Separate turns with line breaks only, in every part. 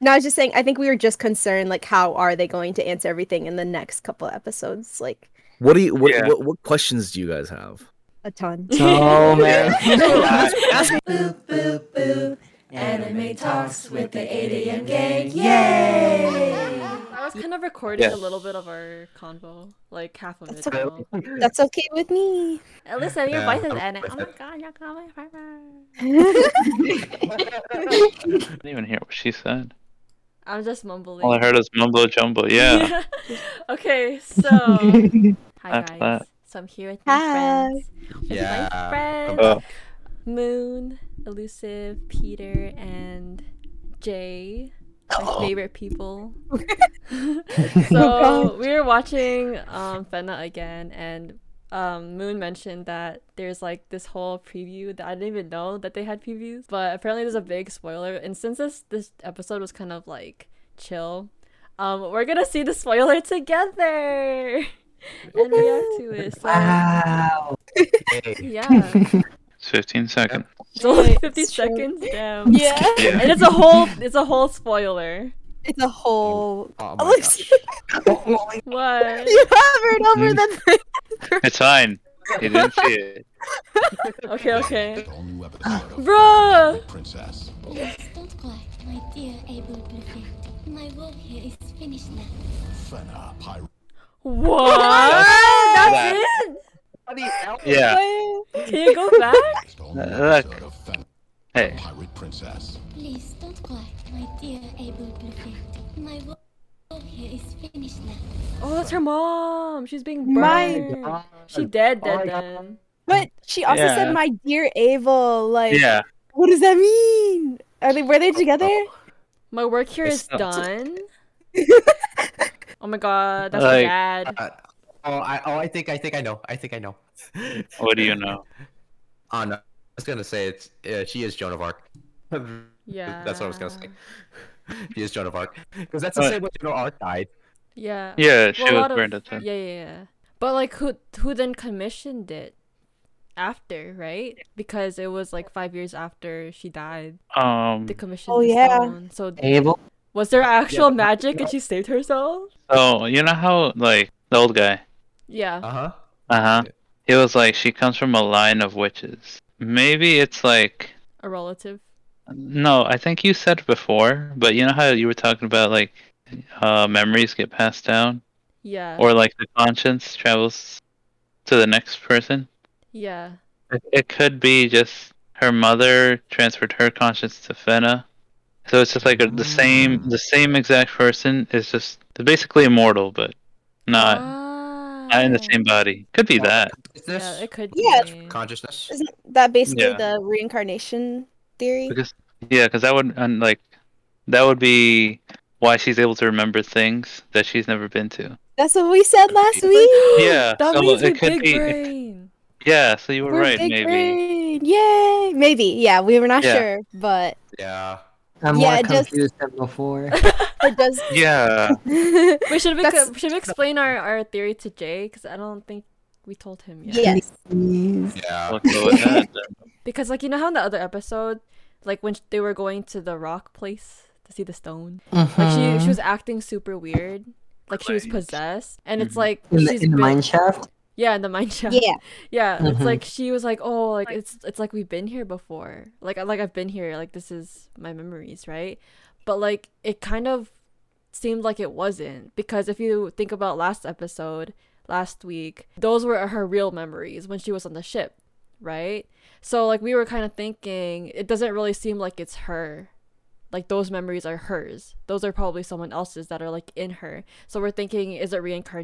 No, I was just saying. I think we were just concerned, like, how are they going to answer everything in the next couple episodes? Like
What do you what,
Yeah.
what what questions do you guys have?
a ton.
Oh man.
I was kind of recording
Yes.
a little bit of our convo, like half of
That's
it.
okay.
though.
That's okay with me.
At least your
Yeah,
voice is
I'm
in it.
with
Oh my god, you're calling my partner.
I didn't even hear what she said.
I'm just mumbling.
All I heard was mumbo jumbo. Yeah.
okay, so hi
That's
guys.
that.
So I'm here with
Hi.
my friends. With my
Yeah.
friends.
Uh,
Moon, Elusive, Peter, and Jay, my favorite people. so we were watching um, Fena again, and um, Moon mentioned that there's like this whole preview that I didn't even know that they had previews, but apparently there's a big spoiler. And since this this episode was kind of like chill, um, we're gonna see the spoiler together and react to it. So,
Wow.
Yeah.
it's 15 seconds.
It's only
It's
50
true.
seconds. Damn.
Yeah,
Yeah.
And it's a whole it's a whole spoiler.
it's a whole.
Oh my
Alex,
gosh.
What?
you hovered over
Mm.
the.
It's fine. You didn't see it.
Okay, okay.
The only weapon out of
Bruh!
the princess.
Please don't cry, my dear able prefect. My work here is finished now.
Fena, Pyro.
Oh
What? Ah!
That-
That's it?
Yeah.
Can you go back?
is the only
Uh,
weapon
look.
out of Fena,
Hey.
pirate princess.
Please don't cry, my dear able prefect. My wo- work here is finished now.
Oh, that's her mom. She's being
My
burned. She dead
Oh
dead then.
But she also
Yeah.
said, "My dear Abel." Like,
Yeah. Oh
what does that mean? Are they were they together?
My work here
It's
is
not-
done. Oh my god, that's
Like-
bad.
Uh, oh, I oh I think I think I know. I think I know.
What do you know?
Oh no. I was gonna say it's uh, she is Joan of Arc.
Yeah.
That's what I was gonna say. she is Joan of Arc because that's the
Alright.
same way Joan of Arc died.
Yeah.
Yeah, she
Well, a lot
was
of-
burned at the
Yeah, yeah, yeah. But like, who who then commissioned it after, right? Because it was like five years after she died.
Um,
They commissioned
Oh,
the
yeah.
stone. So
Abel.
was there actual
but-
magic and she saved herself?
so, you know how, like, the old guy,
Yeah.
Uh huh.
uh huh, he was like, she comes from a line of witches. Maybe it's like,
a relative.
no, I think you said before, but you know how you were talking about, like, uh, memories get passed down,
Yeah.
or like the conscience travels to the next person?
yeah.
It- It could be just her mother transferred her conscience to Fena, so it's just like a, the
Mm.
same, the same exact person. It's just they're basically immortal, but not not in the
Oh.
Ah.
same body. Could be that.
Is
Yeah,
this
it could.
Yeah.
be.
consciousness?
Isn't that basically
Yeah.
the reincarnation theory?
Because yeah, because that would and like that would be why she's able to remember things that she's never been to.
That's what we said last
It's like,
week.
Yeah,
That
so
means
it
we
could
big
be- it-
brain.
Yeah, so you were
We're
right,
big
maybe.
brain. Yay! Maybe. Yeah, we were not
Yeah.
sure, but
Yeah.
I'm
Yeah,
more
it does-
confused than before.
it does.
Yeah,
Wait, should we
That's-
co- should we explain our, our theory to Jay? Because I don't think we told him yet.
yes.
Please.
Yeah.
I'll go with that then.
Because like you know how in the other episode, like when sh- they were going to the rock place to see the stone, like she
Mm-hmm. Hmm.
she was acting super weird, like she was
Right.
possessed, and it's
Mhm.
like
in the,
she's
in the
been-
mine shaft.
Yeah, in the mine shaft.
Yeah.
Yeah, it's
Mhm.
like she was like, "Oh, like it's it's like we've been here before. Like I- like I've been here. Like this is my memories, right?" But like it kind of seemed like it wasn't because if you think about last episode, last week, those were her real memories when she was on the ship, right? So like we were kind of thinking it doesn't really seem like it's her. Like those memories are hers. Those are probably someone else's that are like in her. So we're thinking is it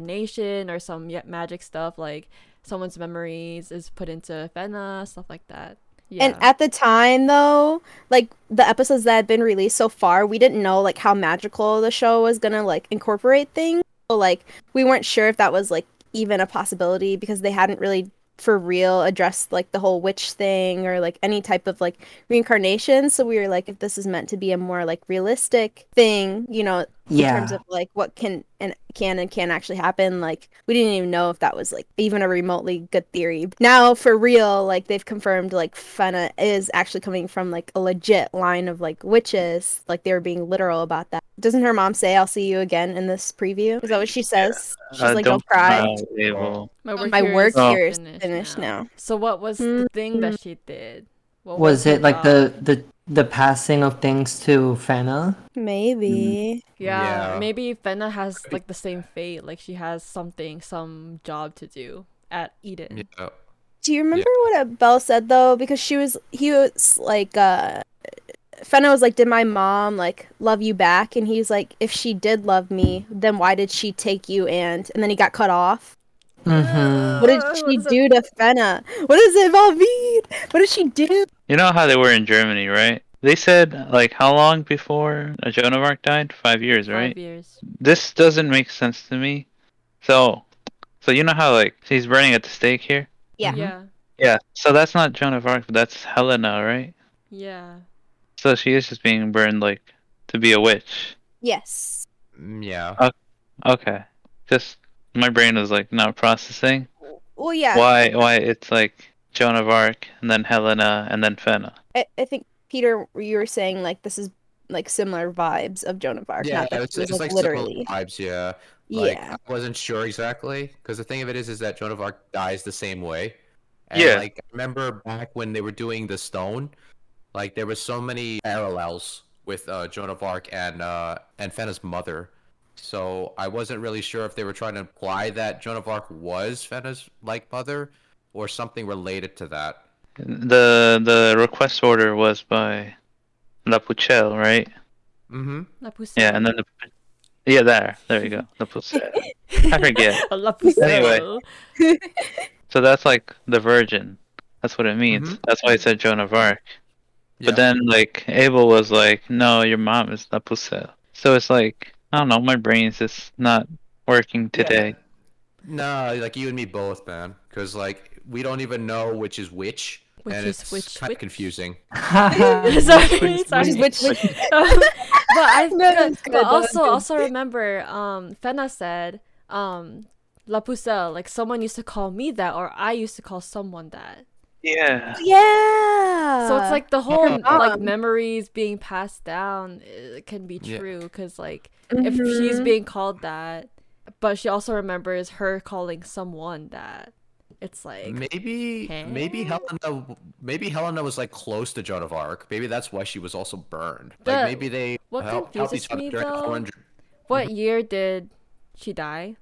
reincarnation or some yet magic stuff like someone's memories is put into Fena, stuff like that. Yeah.
And at the time though, like the episodes that had been released so far, we didn't know like how magical the show was going to like incorporate things. So like we weren't sure if that was like even a possibility because they hadn't really for real addressed like the whole witch thing or like any type of like reincarnation. So we were like if this is meant to be a more like realistic thing, you know, in terms of like what can and can and can actually happen like we didn't even know if that was like even a remotely good theory now for real like they've confirmed like fena is actually coming from like a legit line of like witches like they were being literal about that doesn't her mom say i'll see you again in this preview is that what she says she's
Uh,
like don't cry
Abel.
my work
Oh.
here is finished now Mm-hmm.
So what was the thing that she did? What um,
Was it
job?
like the the the passing of things to Fena?
maybe
Yeah,
Yeah.
maybe Fenna has like the same fate. Like she has something, some job to do at Eden.
Yeah.
Do you remember what Abel said though? Because she was, he was like, uh, Fenna was like, "Did my mom like love you back?" And he's like, "If she did love me, then why did she take you?" And and then he got cut off.
Mm-hmm.
What did
Uh,
she
what's
do to Fenna? What does it all mean? What did she do?
You know how they were in Germany, right? They said like how long before uh, Joan of Arc died? Five years,
Five
right?
years.
This doesn't make sense to me. So, so you know how like she's burning at the stake here?
Yeah.
Yeah.
Yeah. So that's not Joan of Arc, but that's Helena, right?
Yeah.
So she is just being burned like to be a witch.
Yes.
Mm, Yeah.
Okay. Just my brain was like not processing
Well, yeah.
why why it's like Joan of Arc and then Helena and then Fena.
I, I think Peter, you were saying like this is like similar vibes of Joan of Arc.
Yeah,
not that
it's,
she was,
it's like, similar
literally.
vibes. Yeah, like
Yeah.
I wasn't sure exactly because the thing of it is, is that Joan of Arc dies the same way. And,
Yeah.
Like I remember back when they were doing the stone, like there were so many parallels with uh, Joan of Arc and uh, and Fenna's mother. So I wasn't really sure if they were trying to imply that Joan of Arc was Fenna's like mother or something related to that.
The the request order was by La Pucelle, right?
Mm-hmm.
La Pucelle.
Yeah, and then the yeah there there you go La Pucelle. I forget.
La Pucelle.
Anyway. So that's like the Virgin. That's what it means.
Mhm.
That's why I said Joan of Arc.
Yeah.
But then like Abel was like, no, your mom is La Pucelle. So it's like I don't know, my brain's just not working today.
No, like you and me both, man. Because like we don't even know which is which,
Which
and
is
it's
which
kind
which?
of confusing.
sorry, sorry.
Which is which-
Um, but I
No,
but-
it's good,
but
no, it's
also
good.
also remember um Fena said um La Pucelle, like someone used to call me that or I used to call someone that.
Yeah.
yeah.
Uh,
so it's like the whole
Um,
like
mom.
memories being passed down uh, can be
Yeah. Mm-hmm.
true because like if she's
Mhm.
being called that, but she also remembers her calling someone that. It's like
Maybe, maybe Helena, maybe Helena was like close to Joan of Arc. Maybe that's why she was also burned.
But
like maybe they
what
helped, helped
confuses
each other
me,
during the
though-
Orange.
what year did she die?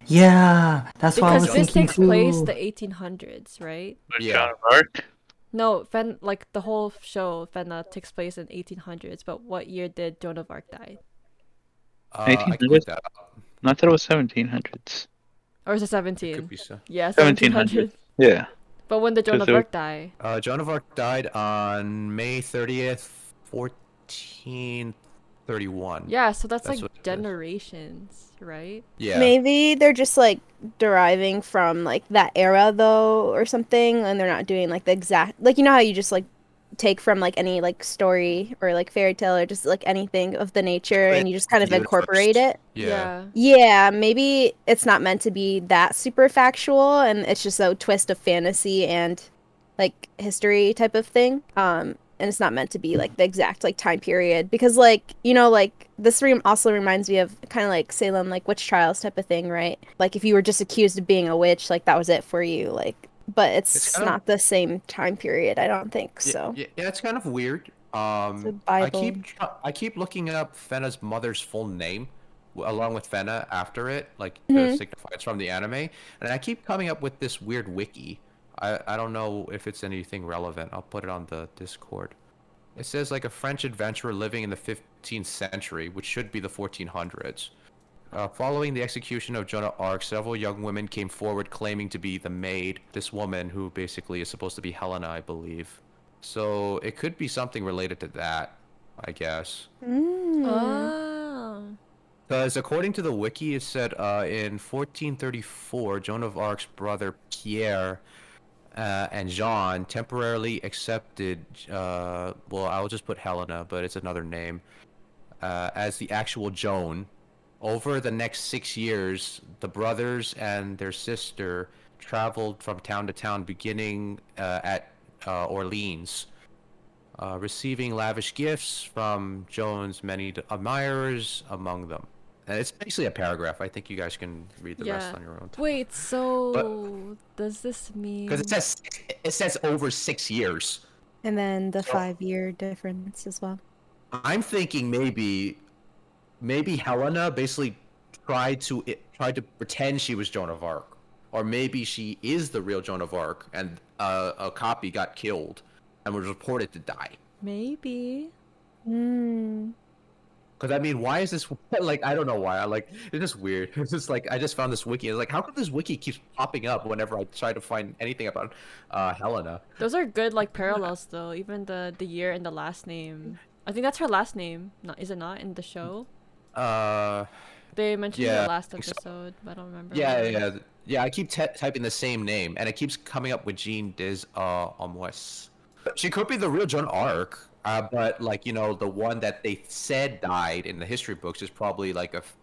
Yeah, that's what I
Because
was
this
thinking
takes place
too.
the 1800s, right?
With
Yeah.
Joan of Arc.
No, Fen like the whole show Fenna takes place in 1800s, but what year did Joan of Arc die?
Uh,
Maybe
I
they
can look
just-
that up.
I thought it was seventeen hundreds.
Or is it
Could
17?
be so.
Yeah,
1700s.
1700.
Yeah.
But when did Joan
Because
of
it was-
Arc die?
Uh, Joan of Arc died on May thirtieth, fourteen thirty-one.
Yeah, so that's,
That's what it
like
is.
generations, right?
Yeah.
Maybe they're just like deriving from like that era though or something and they're not doing like the exact like you know how you just like take from like any like story or like fairy tale or just like anything of the nature and you just kind of
Universe.
incorporate it.
Yeah.
Yeah, maybe it's not meant to be that super factual and it's just a twist of fantasy and like history type of thing. Um and it's not meant to be like the exact like time period because like you know like this room also reminds me of kind of like Salem like witch trials type of thing, right? Like if you were just accused of being a witch, like that was it for you, like but it's,
It's kind of-
not the same time period, I don't think.
Yeah,
So
yeah, yeah, it's kind of weird. Um, I
Bible.
keep tr- I keep looking up Fena's mother's full name, w- along with Fena after it, like
Mhm.
to signify it's from the anime. And I keep coming up with this weird wiki. I I don't know if it's anything relevant. I'll put it on the Discord. It says like a French adventurer living in the 15th century, which should be the 1400s. Uh, following the execution of Joan of Arc, several young women came forward claiming to be the maid, this woman who basically is supposed to be Helena, I believe. So it could be something related to that, I guess.
Mm.
Oh.
Because according to the wiki, it said uh, in 1434, Joan of Arc's brother Pierre uh, and Jean temporarily accepted. Uh, well, I'll just put Helena, but it's another name. uh, as the actual Joan. Over the next six years, the brothers and their sister traveled from town to town, beginning uh, at uh, Orleans, uh, receiving lavish gifts from Joan's many d- admirers among them. And it's basically a paragraph. I think you guys can read the rest on your own.
Wait, so does this mean?
Because it says it says over six years.
And then the five year difference as well.
I'm thinking maybe, maybe Helena basically tried to it, tried to pretend she was Joan of Arc, or maybe she is the real Joan of Arc, and uh, a copy got killed, and was reported to die.
Maybe.
Mm.
Because I mean, why is this like? I don't know why. I like it's just weird. It's just like I just found this wiki. It's like how come this wiki keeps popping up whenever I try to find anything about uh, Helena?
Those are good like parallels though. Even the the year and the last name. I think that's her last name. Not is it not in the show?
Uh,
They mentioned
Yeah,
the
I
last
think so.
episode, but I don't remember.
yeah,
when.
yeah, yeah. yeah I keep t- typing the same name, and it keeps coming up with Jean Des uh, Amois. She could be the real Joan Arc, uh, but like you know, the one that they said died in the history books is probably like a, f-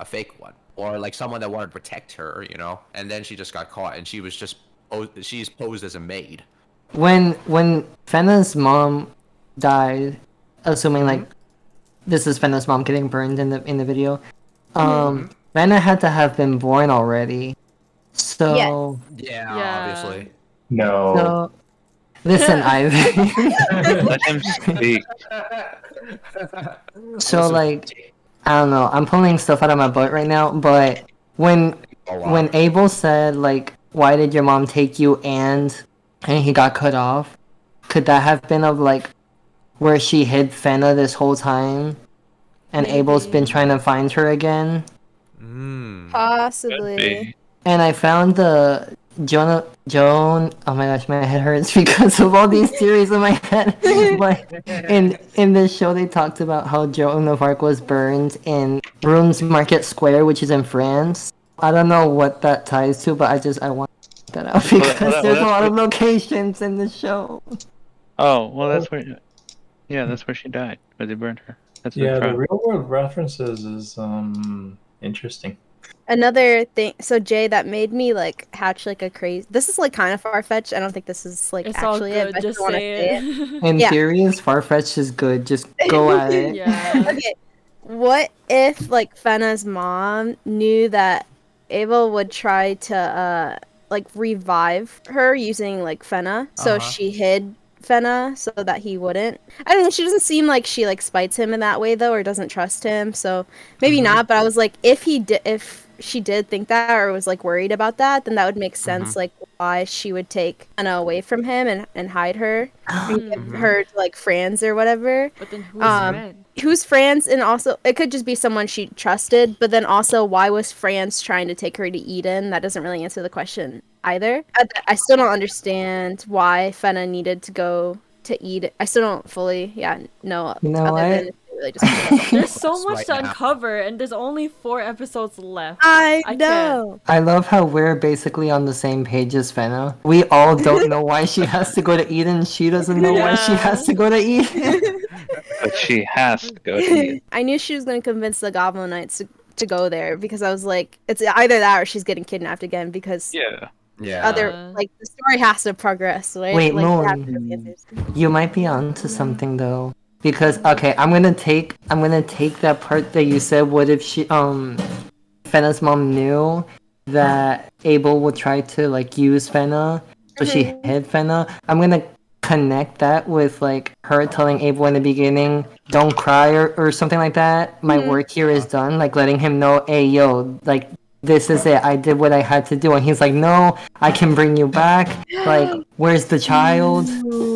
a fake one, or like someone that wanted to protect her, you know. And then she just got caught, and she was just oh, she's posed as a maid.
When when Fenna's mom died, assuming like
Mm-hmm.
this is Fenna's mom getting burned in the in the video,
Mm-hmm.
um, Fenna had to have been born already. So
Yeah,
Yeah.
obviously.
No.
so listen, Ivy.
Let him speak.
so like I don't know. I'm pulling stuff out of my butt right now, but when
A lot.
when Abel said like, "Why did your mom take you?" and and he got cut off, could that have been of like where she hid Fenna this whole time, and Abel's been trying to find her again?
Mm.
Could
Possibly.
be.
And I found the Jonah Joan. Oh my gosh, my head hurts because of all these theories in my head. but in in this show, they talked about how Joan of Arc was burned in Rooms Market Square, which is in France. I don't know what that ties to, but I just I want that out because
well, that-
there's a
well,
lot of locations in the show.
Oh well, that's where. Yeah, that's where she died. But they burned her. That's
Yeah,
yeah,
the real world references is um interesting.
Another thing, so Jay, that made me like hatch like a crazy. This is like kind of far fetched. I don't think this is like
It's all
actually it.
good.
but I
Just
wanna
say it.
In
Yeah.
theory, is Farfetch is good. Just go at it.
yeah.
okay. What if like Fenna's mom knew that Abel would try to uh like revive her using like Fenna, so
Uh-huh.
she hid Fenna so that he wouldn't. I don't know. She doesn't seem like she like spites him in that way though, or doesn't trust him. So maybe not. But I was like, if he did, if she did think that or was like worried about that, then that would make sense. Like why she would take Fenna away from him and and hide her and give her to like Franz or whatever
But then who's
Um,
Ren?
who's Franz and also it could just be someone she trusted, but then also why was Franz trying to take her to Eden? That doesn't really answer the question either. I, I still don't understand why Fenna needed to go to Eden. I still don't fully yeah know.
You know
other than
what?
they really just-
There's so much
right
to
now.
uncover, and there's only four episodes left.
I
I
know.
I love how we're basically on the same page as Fenna. We all don't know why she has to go to Eden. She doesn't know why she
Yeah.
has to go to Eden.
But she has to go. To
I knew she was going to convince the Goblin Knights to, to go there because I was like, it's either that or she's getting kidnapped again because
yeah.
yeah.
other
Yeah.
like the story has to progress, right?
Wait,
like,
no.
they have to have answers.
you might be onto something though, because okay, I'm gonna take I'm gonna take that part that you said. What if she um, Fenna's mom knew that Abel would try to like use Fenna, so she hid Fenna. I'm gonna connect that with like her telling Abel in the beginning, "Don't cry" or, or something like that. My work here is done. Like letting him know, "Hey, yo, like this is it. I did what I had to do." And he's like, "No, I can bring you back. Like, where's the child?"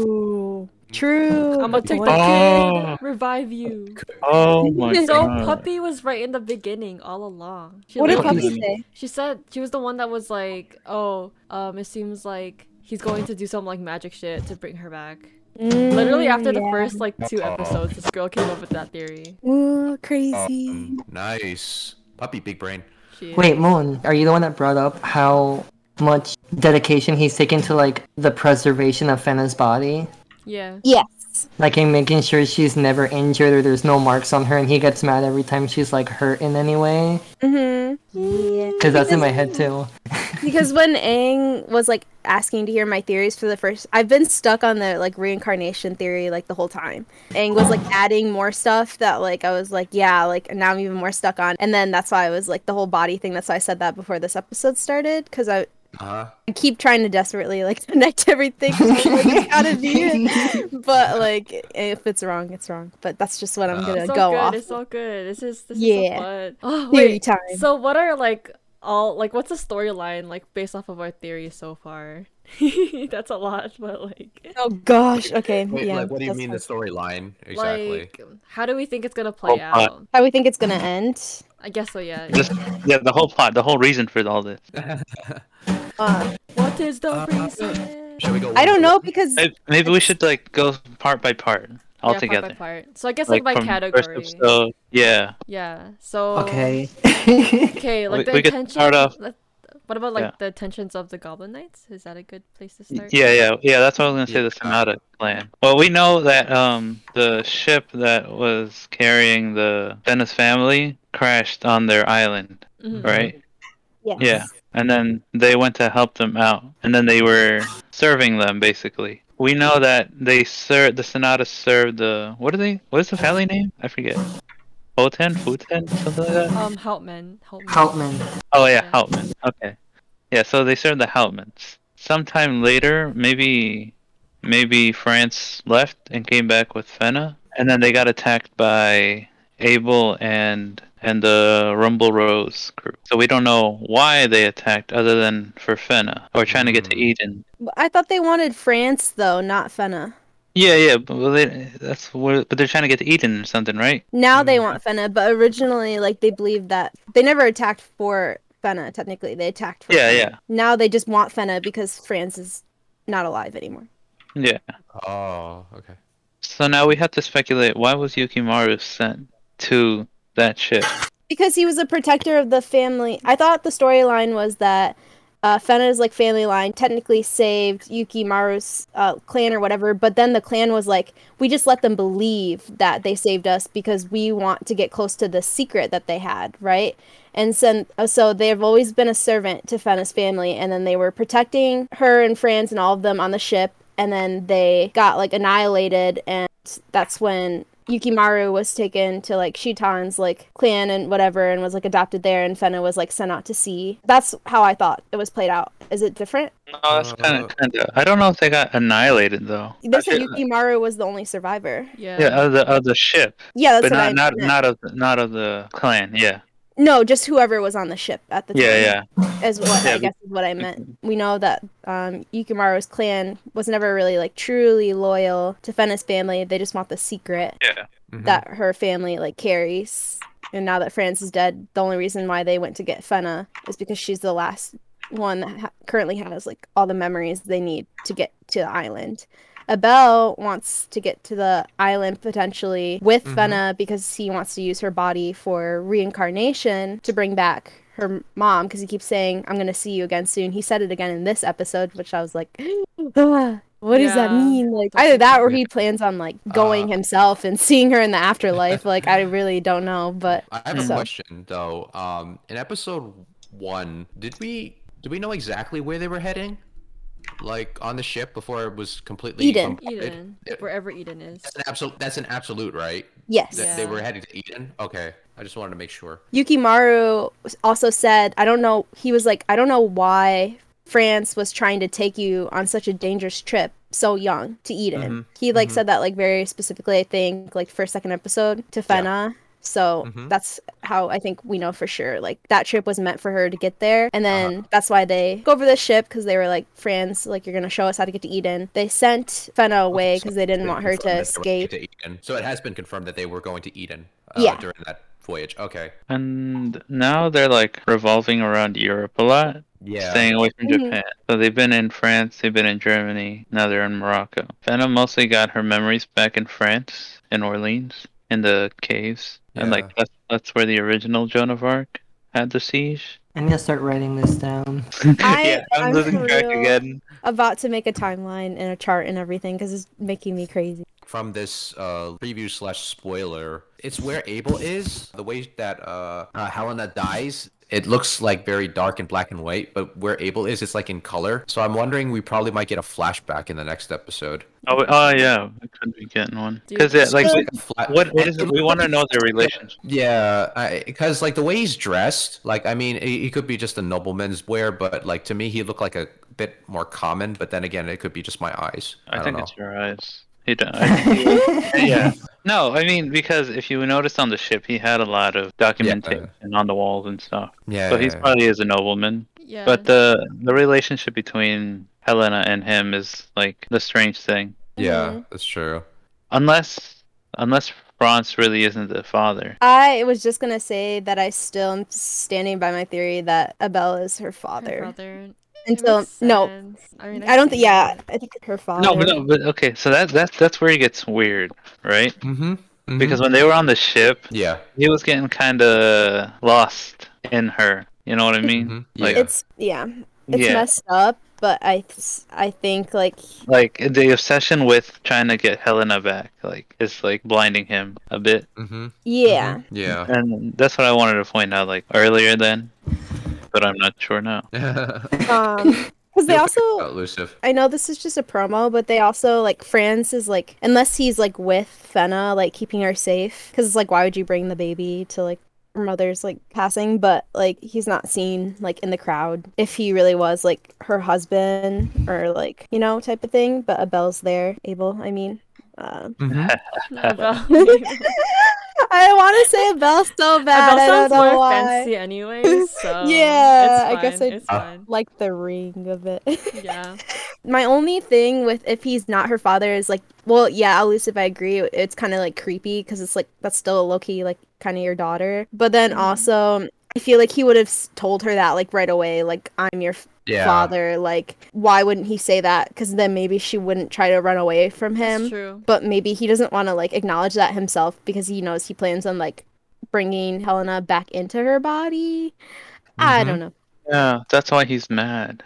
True. True.
I'm gonna take the
Oh.
kid, revive you.
Oh my
So
So
Uh.
god.
puppy was right in the beginning all along. She
What did
literally-
Puppy say?
She said she was the one that was like, "Oh, um, it seems like he's going to do some like magic shit to bring her back." Literally after
Mm.
the first like two episodes, this girl came up with that theory.
Ooh, crazy.
nice puppy, big brain.
She
Wait, Moon, are you the one that brought up how much dedication he's taken to like the preservation of Fenna's body?
yeah,
Yes.
Like in making sure she's never injured or there's no marks on her, and he gets mad every time she's like hurt in any way.
Mm-hmm.
Yeah. Because that's in my head too.
because when Aang was like asking to hear my theories for the first, I've been stuck on the like reincarnation theory like the whole time. Aang was like adding more stuff that like I was like, yeah, like now I'm even more stuck on. And then that's why I was like the whole body thing. That's why I said that before this episode started because I,
Uh,
I keep trying to desperately like connect everything. 'cause I'm like, it's gotta be it. But like if it's wrong, it's wrong. But that's just what I'm
Uh,
gonna
It's all
go
good.
off.
It's all good. This is this
Yeah.
is so fun. Oh
Theory
wait.
time.
So what are like all like what's the storyline like based off of our theory so far? That's a lot, but like
Oh gosh. Okay.
wait,
yeah.
like, what do
that's
you mean
fine.
the storyline exactly?
like how do we think it's gonna play
Oh, uh,
out?
How we think it's gonna end?
I guess so. Yeah.
Just yeah, the whole plot, the whole reason for all this.
Uh,
What is the
Uh,
reason?
Should we go?
I
one
don't
by
know
one?
because
Maybe, maybe we should like go part by part
Yeah,
altogether.
part by part. So I guess like, by
from the
category.
First episode, yeah.
Yeah. So
Okay.
Okay, like
We-
the
we could
intention.
start off-
let- What about like
Yeah.
the intentions of the Goblin Knights? Is that a good place to start?
Yeah, yeah, yeah. That's what I was gonna say. The
Yeah.
Sonata clan. Well, we know that um the ship that was carrying the Venice family crashed on their island,
Mhm.
right?
Yes.
Yeah, and then they went to help them out, and then they were serving them basically. We know that they served the Sonata served the what are they? What is the family name? I forget. Foten, Futen, something like that.
Um, Houtman. Houtman.
Houtman.
Oh yeah,
Yeah.
Houtman. Okay. Yeah, so they served the Houtmans. Sometime later, maybe maybe France left and came back with Fena, and then they got attacked by Abel and and the Rumble Rose crew. So we don't know why they attacked other than for Fena or trying to get to
Hmm.
Eden.
I thought they wanted France though, not Fenna.
Yeah, yeah, but well, they, that's what, but they're trying to get to Eden or something, right?
Now they
Mm.
want Fenna, but originally, like they believed that they never attacked for Fenna. Technically, they attacked for.
Yeah,
Fenna.
yeah.
Now they just want Fenna because France is not alive anymore.
Yeah.
Oh, okay.
So now we have to speculate why was Yukimaru sent to that ship?
Because he was a protector of the family. I thought the storyline was that uh, Fenna's like family line technically saved Yuki Maru's uh, clan or whatever, but then the clan was like, we just let them believe that they saved us because we want to get close to the secret that they had, right? And so, uh, so they have always been a servant to Fenna's family, and then they were protecting her and Franz and all of them on the ship, and then they got like annihilated, and that's when Yukimaru was taken to like Shitan's like clan and whatever and was like adopted there and Fenna was like sent out to sea. That's how I thought it was played out. Is it different?
No, that's kind
Uh,
of kind of. I don't know if they got annihilated though.
They said
Actually,
Yukimaru was the only survivor.
Yeah.
yeah, uh, of the of the ship,
Yeah, that's
but
what I
not not
meant.
not of the, not of the clan. Yeah,
No, just whoever was on the ship at the time.
yeah, yeah.
Is what
Yeah,
I
we-
guess is what I meant. We know that um Yukimaru's clan was never really like truly loyal to Fenna's family. They just want the secret.
Mhm.
that her family like carries. And now that France is dead, the only reason why they went to get Fenna is because she's the last one that ha- currently has like all the memories they need to get to the island. Abel wants to get to the island potentially with
Mhm.
Fenna because he wants to use her body for reincarnation to bring back her mom because he keeps saying, I'm going to see you again soon. He said it again in this episode, which I was like, "Ah, what does that
Yeah.
mean? Like,
Don't
either
think
that or
Yeah.
he plans on like
Uh,
going himself and seeing her in the afterlife. Like I really don't know, but
I have a
so-
question though. Um, in episode one, did we did we know exactly where they were heading? Like on the ship before it was completely
Eden.
bombarded?
Eden.
Yeah.
Wherever Eden is.
That's an absolute. That's an absolute, right?
yes.
That they
Yeah.
were heading to Eden. Okay, I just wanted to make sure.
Yukimaru also said, I don't know, he was like, I don't know why France was trying to take you on such a dangerous trip so young to Eden.
Mhm,
He like
mhm.
said that like very specifically, I think, like first second episode to Fena. So
Mhm.
that's how I think we know for sure. Like that trip was meant for her to get there. And then
Uh-huh.
that's why they go over the ship because they were like, France, like you're going to show us how to get to Eden. They sent Fena away
Oh, so
because they didn't
They
want her
confirmed that
to
they were heading
escape.
to Eden. So it has been confirmed that they were going to Eden uh,
Yeah.
during that voyage. Okay.
And now they're like revolving around Europe a lot,
Yeah.
staying away from
Mhm.
Japan. So they've been in France, they've been in Germany. Now they're in Morocco. Fena mostly got her memories back in France, in Orleans, in the caves, and
Yeah.
like that's that's where the original Joan of Arc at the siege.
I'm gonna start writing this down.
I-
yeah, I'm,
I'm
losing
for
track
real.
again.
About to make a timeline and a chart and everything because it's making me crazy.
from this uh, preview slash spoiler. It's where Abel is. The way that uh, uh, Helena dies, it looks like very dark and black and white. But where Abel is, it's like in color. So I'm wondering we probably might get a flashback in the next episode.
Oh, oh yeah, we could be getting one.
Dude,
Because yeah,
It's
like,
a fla-
what, what is it? We want to know their relationship.
Yeah, because like the way he's dressed, like I mean, he, he could be just a nobleman's wear, but like to me, he looked like a bit more common. But then again, it could be just my eyes. I,
I,
don't
think
know.
it's your eyes. He died. yeah. No, I mean because if you noticed on the ship, he had a lot of documentation on the walls and stuff.
yeah.
so he's
yeah, yeah.
probably is a nobleman.
Yeah.
But the the relationship between Helena and him is like the strange thing.
yeah, that's true.
Unless unless Franz really isn't the father.
I was just gonna say that I still am standing by my theory that Abel is her father.
Her brother. It
Until
makes
no,
sense. mean,
I don't
see
think. Yeah,
it.
I think her father.
No, but no, but okay. So that that that's where he gets weird, right?
Mm-hmm.
Because when they were on the ship,
yeah,
he was getting kind of lost in her. You know what I mean?
Mhm.
Mm-hmm. Like
Yeah.
It's yeah, it's
yeah,
messed up. But I, I think like
like the obsession with trying to get Helena back, like is like blinding him a bit.
mm-hmm.
yeah,
yeah.
And that's what I wanted to point out, like earlier then, but I'm not sure now. Mm-hmm.
um, because they
You're
also.
elusive.
I know this is just a promo, but they also like France is like unless he's like with Fenna, like keeping her safe, because it's like why would you bring the baby to like her mother's like passing? But like he's not seen like in the crowd if he really was like her husband or like you know type of thing. But Abel's there, Abel. I mean, uh,
Mm-hmm.
Abel,
I want to say Abel so bad.
Abel
I don't
sounds
know
more
why.
fancy anyway, so
Yeah,
it's
I guess
fine,
I-
it's
Uh,
fine.
Like the ring of it.
Yeah,
my only thing with if he's not her father is like, well, yeah, elusive. I agree. It's kind of like creepy because it's like that's still low key like kind of your daughter. But then
Mhm.
also, I feel like he would have s- told her that like right away, like I'm your f-
Yeah.
father. Like why wouldn't he say that? Because then maybe she wouldn't try to run away from
that's
him.
true.
But maybe he doesn't want to like acknowledge that himself because he knows he plans on like bringing Helena back into her body. I
Mhm.
don't know.
Yeah, that's why he's mad.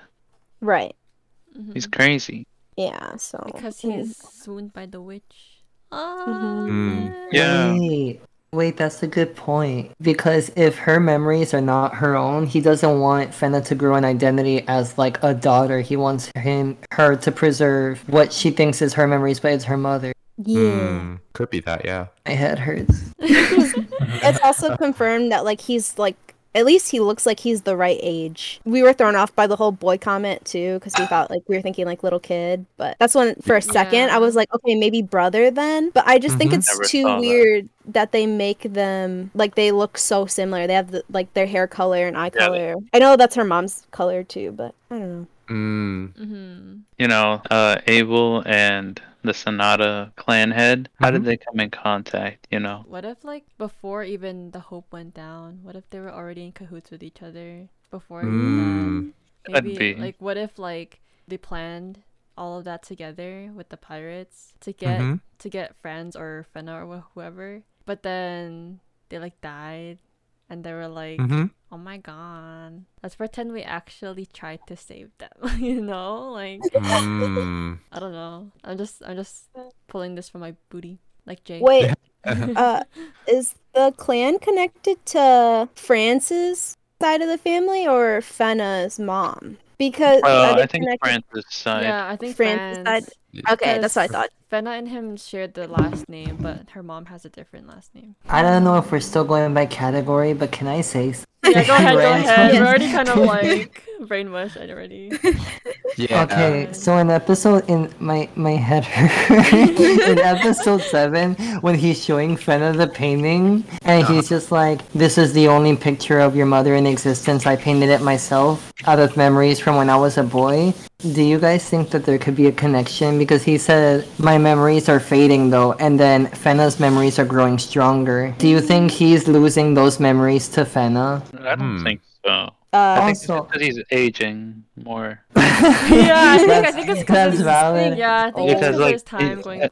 Right.
Mhm.
Mm-hmm.
He's crazy.
Yeah. So
because
Mm.
he's swooned by the witch. Ah,
Mhm.
man.
Yeah.
Wait, wait, that's a good point. Because if her memories are not her own, he doesn't want Fenna to grow an identity as like a daughter. He wants him her to preserve what she thinks is her memories, but it's her mother.
yeah.
Hmm, Could be that, yeah.
My head hurts.
it's also confirmed that like he's like at least he looks like he's the right age. We were thrown off by the whole boy comment too because we thought like we were thinking like little kid, but that's when for a second
Yeah.
I was like, okay, maybe brother then. But I just think
Mhm.
it's
Mm-hmm. Never
too
saw that.
weird that. they make them like they look so similar. They have the, like their hair color and eye
Yeah, they-
color. I know that's her mom's color too, but I don't know.
Mm.
Mhm.
You know, uh, Abel and the Sonata clan head. How did they come in contact? You know,
What if like before even the hope went down? What if they were already in cahoots with each other before? even that?
Could
Maybe
be.
like what if like they planned all of that together with the pirates to get
Mhm.
to get friends or Fenna or wh- whoever, but then they like died, and they were like.
Mhm.
oh my god let's pretend we actually tried to save them you know like
Mm.
i don't know i'm just i'm just pulling this from my booty like jay
Wait, uh, is the clan connected to France's side of the family or Fenna's mom? Because
uh,
are they
I think
connected-
Francis side.
yeah i think
France
france,
is Okay, that's what I thought.
fenna and him shared the last name but her mom has a different last name
I don't know if we're still going by category, but can I say s-
yeah go ahead go
Brainwash.
ahead we're already kind of like brainwashed already
Yeah.
Okay,
Um,
so in episode in my my head hurts. in episode seven, when he's showing Fenna the painting, and he's just like, "This is the only picture of your mother in existence. I painted it myself out of memories from when I was a boy." Do you guys think that there could be a connection? Because he said, "My memories are fading, though," and then Fenna's memories are growing stronger. Do you think he's losing those memories to Fenna?
I don't
Hmm.
think so.
Uh,
I think
Also-
because he's aging more.
yeah i think i
That's-
think it's 'cause
that's
of this
valid.
thing. yeah i think it's
Because
because
like
there's time
it-
going
uh, uh,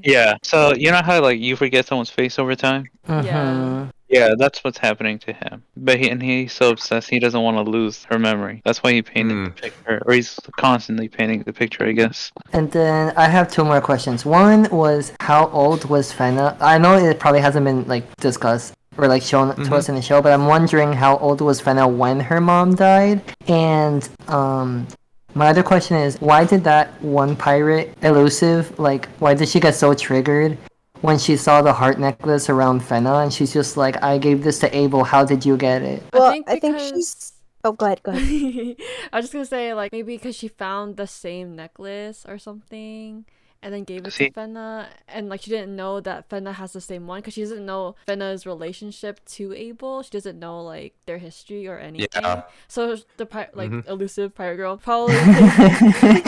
by
Yeah. So you know how like you forget someone's face over time.
Yeah.
Mhm.
Yeah, that's what's happening to him. But he and he's so obsessed he doesn't want to lose her memory. That's why he painted the picture, or he's constantly painting the picture, I guess.
And then I have two more questions. One was how old was Fena? I know it probably hasn't been like discussed or like shown to us in the show, but I'm wondering how old was Fena when her mom died? And um my other question is why did that one pirate elusive like why did she get so triggered when she saw the heart necklace around Fena and she's just like I gave this to Abel, how did you get it?
Well, I
think
think,
because-
she's. Oh, go ahead, go ahead.
I was just gonna say like maybe because she found the same necklace or something, and then gave it
See-
to Fenna, and like she didn't know that Fenna has the same one because she doesn't know Fenna's relationship to Abel. She doesn't know like their history or anything. So the pi- like elusive pirate girl probably probably,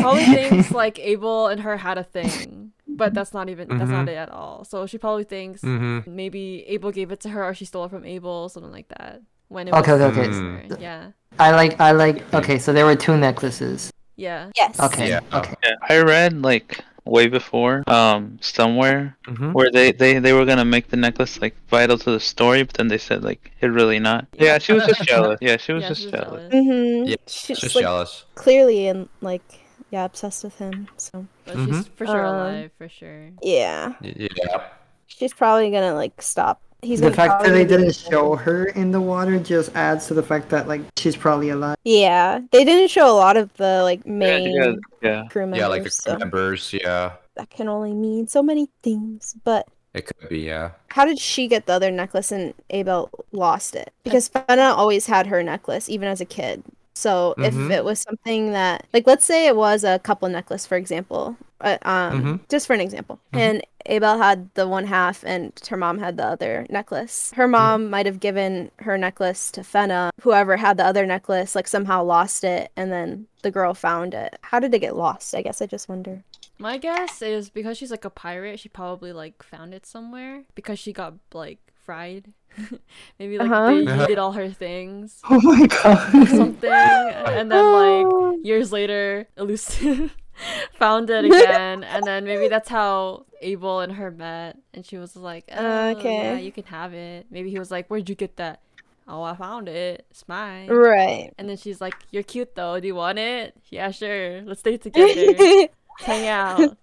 probably thinks like Abel and her had a thing, but that's not even that's not it at all. So she probably thinks
Mm. Mm-hmm.
maybe Abel gave it to her or she stole it from Abel, something like that. When it
Okay,
was
okay, okay.
hers. yeah,
I like I like okay, so there were two necklaces.
yeah.
Yes.
Okay.
Yeah.
Okay.
Yeah, I read like way before, um, somewhere
Mhm.
where they, they they were gonna make the necklace like vital to the story, but then they said like it really not. Yeah, she was just jealous. Yeah, she was
yeah,
just
she's
jealous.
Mm-hmm.
Yeah,
she's
Just
like
jealous.
clearly and like yeah, obsessed with him. So
But
Mm-hmm.
she's for sure
Um,
alive, for sure.
yeah,
Y- Yeah.
she's probably gonna like stop. He's
the
gonna
fact that
probably
they
be-
didn't show her in the water just adds to the fact that like she's probably alive.
Yeah, they didn't show a lot of the like
Yeah,
main
yeah, yeah.
crew members.
Yeah, like the
so
crew members. Yeah.
that can only mean so many things. But
It could be, yeah.
how did she get the other necklace and Abel lost it? Because Fena always had her necklace, even as a kid. So if
Mhm.
it was something that, like, let's say it was a couple necklace, for example, uh, um, just for an example,
Mhm.
and Abel had the one half and her mom had the other necklace. Her mom might have given her necklace to Fena. Whoever had the other necklace, like, somehow lost it, and then the girl found it. How did it get lost? I guess I just wonder.
My guess is because she's like a pirate, she probably like found it somewhere because she got like fried. Maybe like
Uh-huh.
they did all her things
Oh my
or
god.
something, and then like years later, elusive found it again, and then maybe that's how Abel and her met, and she was like, oh,
Okay.
yeah, you can have it." Maybe he was like, "Where'd you get that?" Oh, I found it. It's mine.
Right.
And then she's like, "You're cute though. Do you want it? Yeah, sure. Let's stay together, hang out."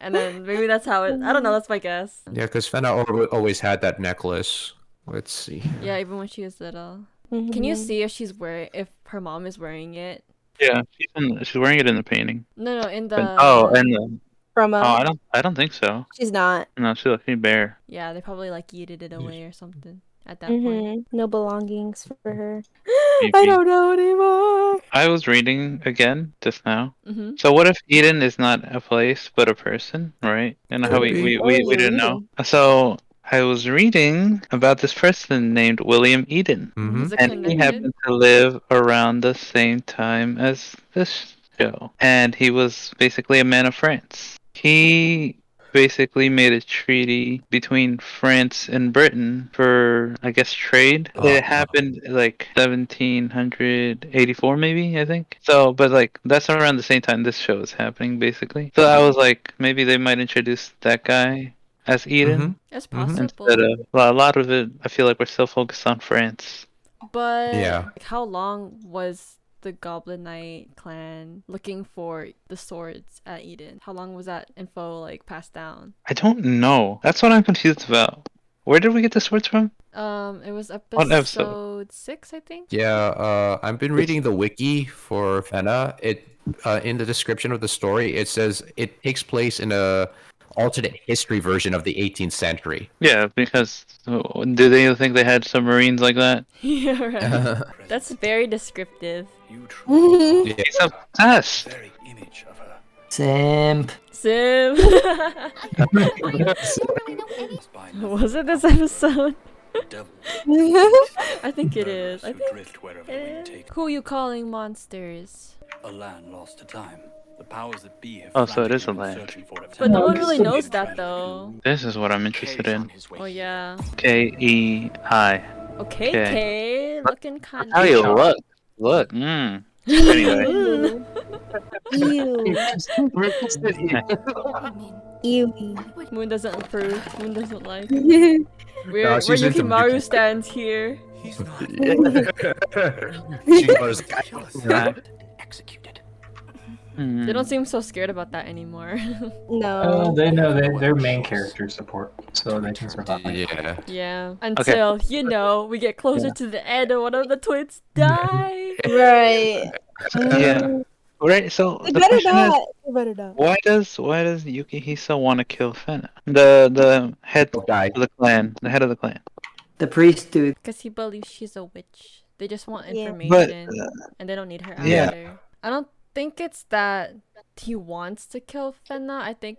And then maybe that's how it. I don't know. That's my guess.
Yeah, because Fenna al- always had that necklace. Let's see.
Yeah, even when she was little. Can
Mhm.
you see if she's wearing if her mom is wearing it?
Yeah, she's, in, she's wearing it in the painting.
No, no, in
And-
the.
oh, and the,
From um,
oh,
a,
I don't I don't think so.
she's not.
No, she left me bare.
yeah, they probably like yeeted it away or something at that point.
Mhm. No belongings for her. I
Maybe.
don't know anymore.
I was reading again just now.
Mm-hmm.
So what if Eden is not a place but a person, right? And how we
Could be.
we,
What
we,
were
we
you
didn't know. So I was reading about this person named William Eden,
Mm-hmm.
Is it
and he
connected?
happened to live around the same time as this show, and he was basically a man of France. He basically made a treaty between France and Britain for, I guess, trade.
Oh.
It happened like 1784, maybe, I think. So, but like, that's around the same time this show is happening, basically. So I was like, maybe they might introduce that guy as Eden.
It's
Mhm.
possible.
But uh, well, a lot of it, I feel like we're still focused on France.
But
Yeah.
like, how long was the Goblin Knight clan looking for the swords at Eden? How long was that info like passed down?
I don't know. That's what I'm confused about. Where did we get the swords from?
Um, it was
episode?
episode six, I think.
Yeah, uh, I've been reading the wiki for Fenna. It uh, in the description of the story, it says it takes place in a alternate history version of the 18th century.
Yeah, because uh, do they think they had submarines like that?
yeah,
Uh-huh.
right. That's very descriptive.
You truly
Yeah.
He's obsessed.
very image of her.
Simp.
Sim, was it this episode? I think it is. I think
drift wherever
it is. Who you calling monsters?
A land lost to time. The powers that be have
Oh, so it
frantically
is a
been
land.
searching for it.
But no
No,
one
it's
really
the-
knows that though.
This is what I'm interested
Cage on
in.
his way
Oh
here.
yeah.
K E I.
Okay,
Okay.
okay. Looking kind
How
of.
you look? Look. Mm. Anyway,
Ew. Ew. Ew.
Moon doesn't approve. Moon doesn't like. We're,
No,
where
she's into
Yukimaru
Yuki-
stands here.
He's not
she goes,
stabbed and executed.
hmm.
They don't seem so scared about that anymore.
No.
Oh, they know they, their main character support, so they can survive.
Uh, yeah.
yeah. Until, you know, we get closer to the end and one of the twins die.
Right.
yeah. Right. So
They
the
better
question is,
not. They better not.
why does why does Yukihisa want to kill Fena? The the head of
Guy.
the clan, the head of the clan.
The priest dude.
Because he believes she's a witch. They just want
Yeah.
information
But uh,
and they don't need her
Yeah.
either. I don't think it's that he wants to kill Fenna. I think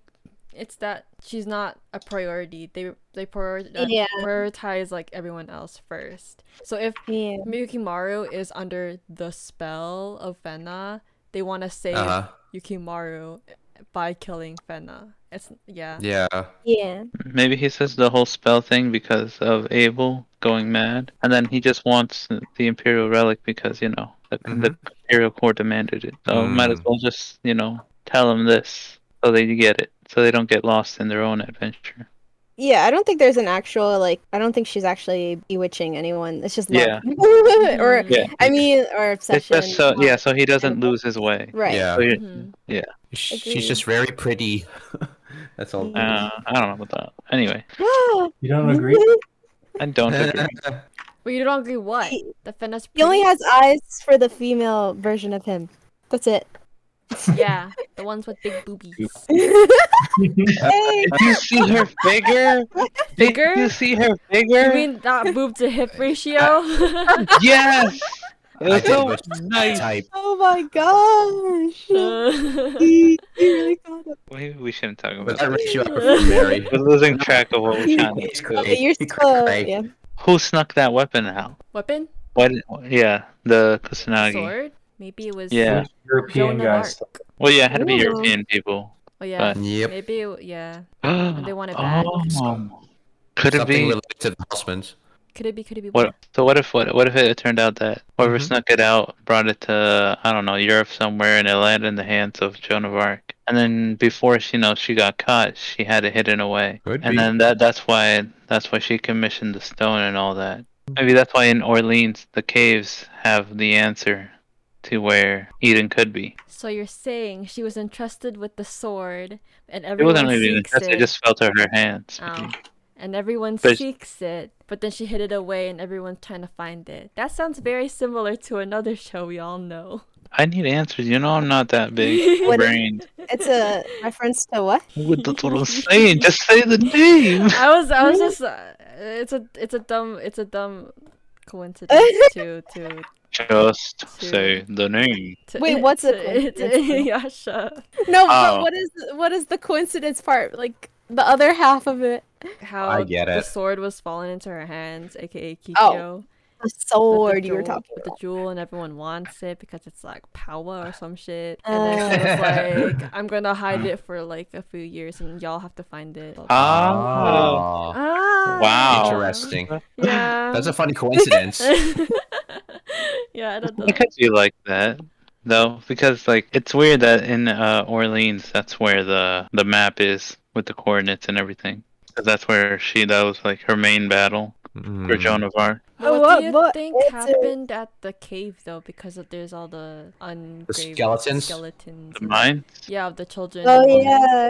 it's that she's not a priority. They they prior- uh,
Yeah.
prioritize like everyone else first. So if
Yeah.
Yukimaru is under the spell of Fenna, they want to save
Uh-huh.
Yukimaru by killing Fenna. It's yeah.
Yeah.
Yeah.
Maybe he says the whole spell thing because of Abel going mad, and then he just wants the Imperial relic because you know the, the Imperial Court demanded it. So might as well just you know tell him this so they get it, so they don't get lost in their own adventure.
Yeah, I don't think there's an actual like. I don't think she's actually bewitching anyone. It's just love.
Yeah.
or
Yeah,
I mean, or
it's
obsession.
just so yeah, so he doesn't
Incredible.
lose his way.
Right.
Yeah.
So you-
Mhm.
Sh-
Agreed.
She's just very pretty. That's
Mm-hmm.
all.
uh, I don't know about that. Anyway,
You don't agree?
I don't agree.
But you don't agree what?
He-
The Fenna's
he only
pretty?
has eyes for the female version of him. That's it.
yeah, the ones with big boobies.
Hey,
Did you see her figure?
Figure?
Did you see her
You
figure?
mean that boob to hip ratio?
Uh,
yes. It was
I
so
think it's
Oh, nice.
Type.
oh my gosh.
Uh,
he, he really caught it.
We, we shouldn't talk
But I
about that.
ratio I prefer Mary.
We're losing track of what we're trying to do.
Okay, you're
He
still
cried.
yeah.
Who snuck that weapon out?
Weapon?
Why did, yeah, the Kusanagi.
Sword? Maybe it was
Yeah.
European
Joan of
guys.
Arc.
Well, yeah, it had to be
Ooh.
European people.
Oh yeah.
Yep.
Maybe it- yeah.
and
they want it back.
Oh. Could it
Something
be?
related to the husbands.
Could it be could it be
What, so what if what, what if it turned out that whoever
Mhm.
snuck it out brought it to I don't know Europe somewhere and it landed in the hands of Joan of Arc and then before she you know she got caught she had it hidden away
Could
and
be.
then that that's why that's why she commissioned the stone and all that maybe that's why in Orleans the caves have the answer to where Eden could be
So you're saying she was entrusted with the sword and
it
everyone
wasn't really
seeks
that's,
it.
it just fell to her hands
Oh. And everyone
But-
seeks it, but then she hid it away and everyone's trying to find it. That sounds very similar to another show we all know.
I need answers you know I'm not that big
What-
brained
It's a reference to what?
what that's what I'm saying just say the name
I was I was just uh, it's a it's a dumb it's a dumb coincidence to to
Just
Two.
say the name.
to
Wait, what's a
to- to-
coincidence?
Yasha
No,
Oh.
but what is what is the coincidence part? Like the other half of it.
how
I get
the
it.
sword was falling into her hands, aka Kikyo. with
The
the
sword Oh, you were
jewel-
talking
with the
about.
jewel, and everyone wants it because it's like power or some shit. And
Oh.
then she was like, "I'm gonna hide it for like a few years, and y'all have to find it."
Ah.
Ah,
Wow.
Interesting.
Yeah,
That's a funny coincidence.
yeah, I don't know.
It could be like that, though, because like it's weird that in uh, Orleans, that's where the the map is with the coordinates and everything. 'Cause that's where she that was like her main battle
Mm-hmm.
for Joan of Arc.
But
Oh,
what
what-
do you
what
think
is it?
happened at the cave though? Because of, there's all the ungraved
skeletons?
skeletons.
The
and-
mine.
Yeah, of the children.
Oh yeah.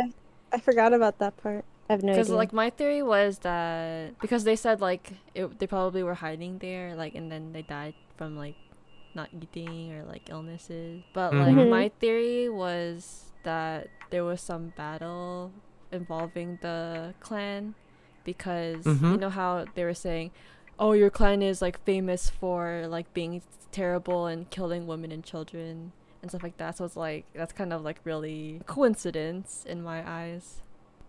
I forgot about that part. I have no
Because
idea.
like my theory was that because they said like it, they probably were hiding there like and then they died from like not eating or like illnesses. But like
Mhm.
my theory was that there was some battle involving the clan because you
Mhm.
know how they were saying, "Oh, your clan is like famous for like being terrible and killing women and children." And stuff like that. So it's like that's kind of like really coincidence in my eyes.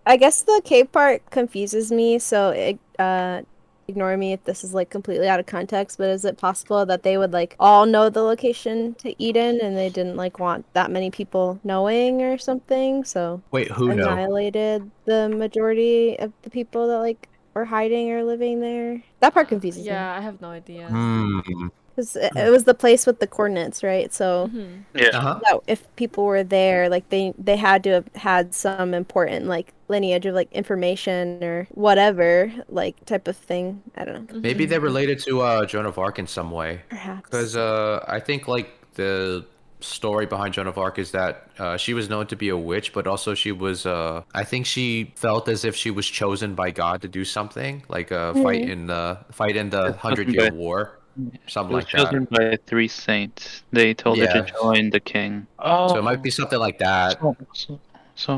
I guess the cave part confuses me, so it, uh, ignore me if this is like completely out of context. But is it possible that they would like all know the location to Eden, and they didn't like want that many people knowing or something? So
Wait, who knows?
annihilated the majority of the people that like were hiding or living there. That part confuses me.
Yeah, I have no idea.
Hmm.
'Cause it, it was the place with the coordinates, right? So
Mm-hmm.
Yeah.
Uh-huh.
that if people were there, like they they had to have had some important like lineage of like information or whatever like type of thing. I don't know,
Mm-hmm.
Maybe they're related to uh, Joan of Arc in some way.
perhaps.
Because uh, I think like the story behind Joan of Arc is that uh, she was known to be a witch, but also she was. Uh, I think she felt as if she was chosen by God to do something, like a fight in the fight in the
That's
Hundred
something
Year
bad.
War,
It
something
was
like that.
chosen by three saints. They told her
Yeah.
to join the king. Oh.
So it might be something like that.
So, so, so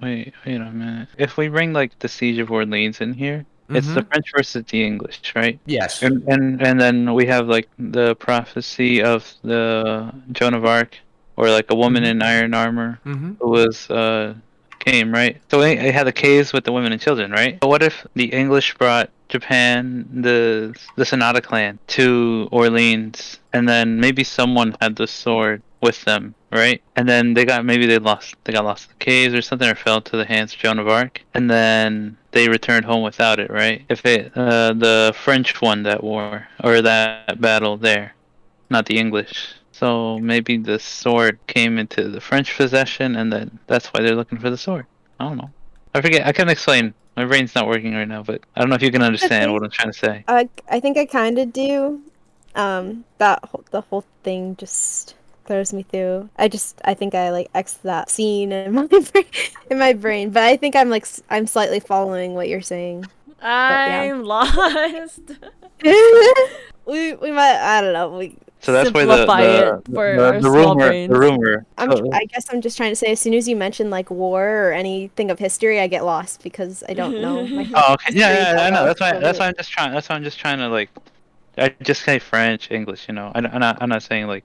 wait, wait a minute. If we bring like the siege of Orleans in here, it's
Mm-hmm.
the French versus the English, right?
Yes.
And, and and then we have like the prophecy of the Joan of Arc, or like a woman in iron armor
hmm
who was uh came right. So it it had the caves with the women and children, right? But what if the English brought Japan, the the Sonata clan, to Orleans, and then maybe someone had the sword with them, right? And then they got maybe they lost they got lost in the caves or something, or fell to the hands of Joan of Arc, and then they returned home without it, right? If they uh, the French won that war or that battle there not the English. So maybe the sword came into the French possession, and then that's why they're looking for the sword. I don't know. I forget. I couldn't explain. My brain's not working right now, but I don't know if you can understand what I'm trying to say.
I I think I kind of do. Um, that whole, the whole thing just throws me through. I just I think I like X that scene in my brain, in my brain, but I think I'm like s- I'm slightly following what you're saying. yeah.
I'm lost.
we we might I don't know. We
So that's why the
Simplify
the,
it for
the, the
our small
rumor
brains.
the rumor.
I'm
so-
I guess I'm just trying to say as soon as you mention like war or anything of history, I get lost because I don't know. my-
oh, okay. Yeah,
history
yeah, yeah, I
that
know.
well,
That's why.
so-
That's why I'm just trying. That's why I'm just trying to like. I just say French, English. You know, I, am not. I'm not saying like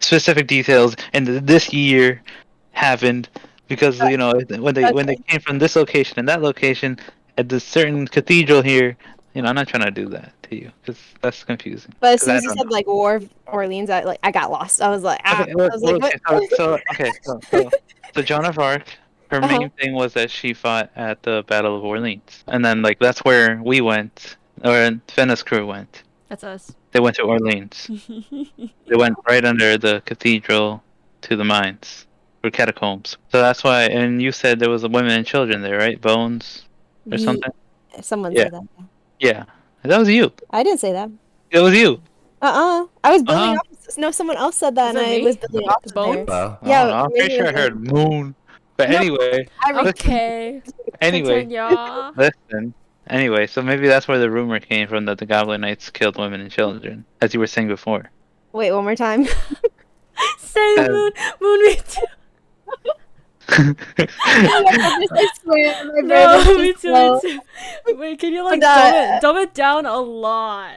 specific details. And th- this year happened because you know when they when they came from this location and that location at this certain cathedral here. You know, I'm not trying to do that to you because that's confusing.
But as
'cause
soon
I
as you
don't
said
know.
like war of Orleans, I like I got lost. I was like, ah,
Okay,
I was like,
okay,
what?
so, so okay, so, so, so Joan of Arc, her
Uh-huh.
main thing was that she fought at the Battle of Orleans, and then like that's where we went, or Venice crew went.
That's us.
They went to Orleans. they went right under the cathedral to the mines or catacombs. So that's why. And you said there was women and children there, right? Bones or
Ye-
something.
Someone
Yeah.
said that.
Yeah, that was you.
I didn't say that.
That was you.
Uh uh I was building
Uh-huh.
off. No, someone else said that,
Was
and I
it me?
was building off of there.
Bones?
Well,
I
Yeah,
don't know, Oh, I'm
maybe
pretty sure I
it was
heard moon. But
No,
anyway,
I re-
Okay.
anyway.
Continue. y'all.
Listen. Anyway, so maybe that's where the rumor came from that the Goblin Knights killed women and children, as you were saying before.
wait one more time.
Say
Um,
moon, moon me too.
I just- I swear, my brain
No,
is just
me too,
slow.
me too. Wait, can you like dumb
That-
it, dumb it down a lot?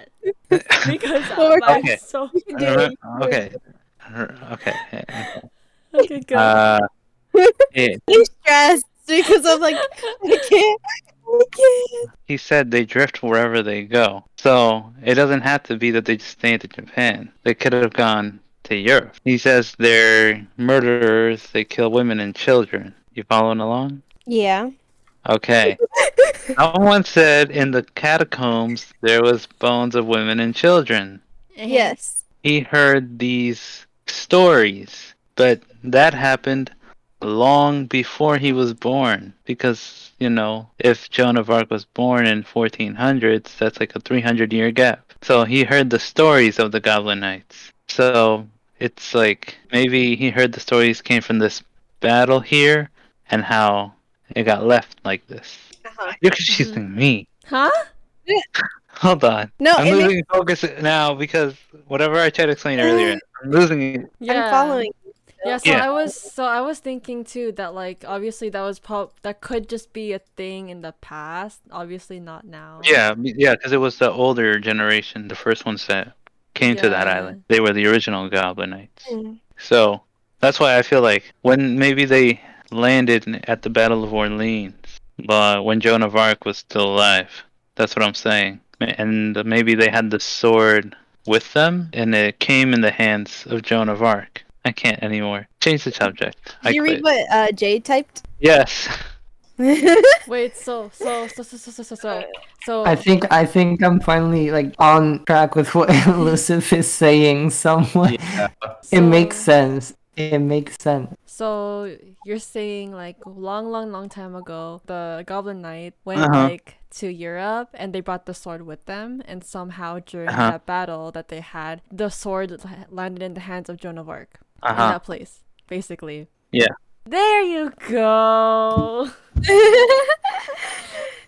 Because
Well, we're
I'm
Okay.
so
Uh, okay. Uh, Okay.
okay. Good.
Uh, it-
I'm stressed because I'm like I can't. I can't.
he said they drift wherever they go. So it doesn't have to be that they just stayed in Japan. They could have gone to Europe. He says they're murderers, they kill women and children. You following along?
Yeah.
Okay. Someone said in the catacombs there was bones of women and children.
Yes.
He heard these stories, but that happened long before he was born because, you know, if Joan of Arc was born in 1400s, that's like a 300 year gap. So he heard the stories of the Goblin Knights. So it's like maybe he heard the stories came from this battle here and how it got left like this.
Uh-huh.
You're confusing me.
Huh?
Hold on.
No,
I'm
it makes-
losing focus now because whatever I tried to explain earlier, I'm losing it.
Yeah.
I'm following.
Yeah, so
Yeah.
I was so I was thinking too that like obviously that was pop that could just be a thing in the past, obviously not now.
Yeah, me- yeah, because it was the older generation, the first ones that came to that
Yeah.
island. They were the original Goblin Knights.
Mm.
So that's why I feel like when maybe they landed in- at the Battle of Orleans, but when Joan of Arc was still alive, that's what I'm saying. And maybe they had the sword with them, and it came in the hands of Joan of Arc. I can't anymore. Change the subject. I
Did you
quit.
read what uh, Jay typed?
Yes.
Wait, so so so so so so so so so
I think I think I'm finally like on track with what Elusive is saying somewhat.
Yeah.
It makes
so-
sense. It makes sense.
So you're saying like long, long, long time ago, the Goblin Knight went
Uh-huh.
like to Europe and they brought the sword with them, and somehow during
Uh-huh.
that battle that they had, the sword la- landed in the hands of Joan of Arc
Uh
in
huh.
that place, basically.
Yeah.
There you go.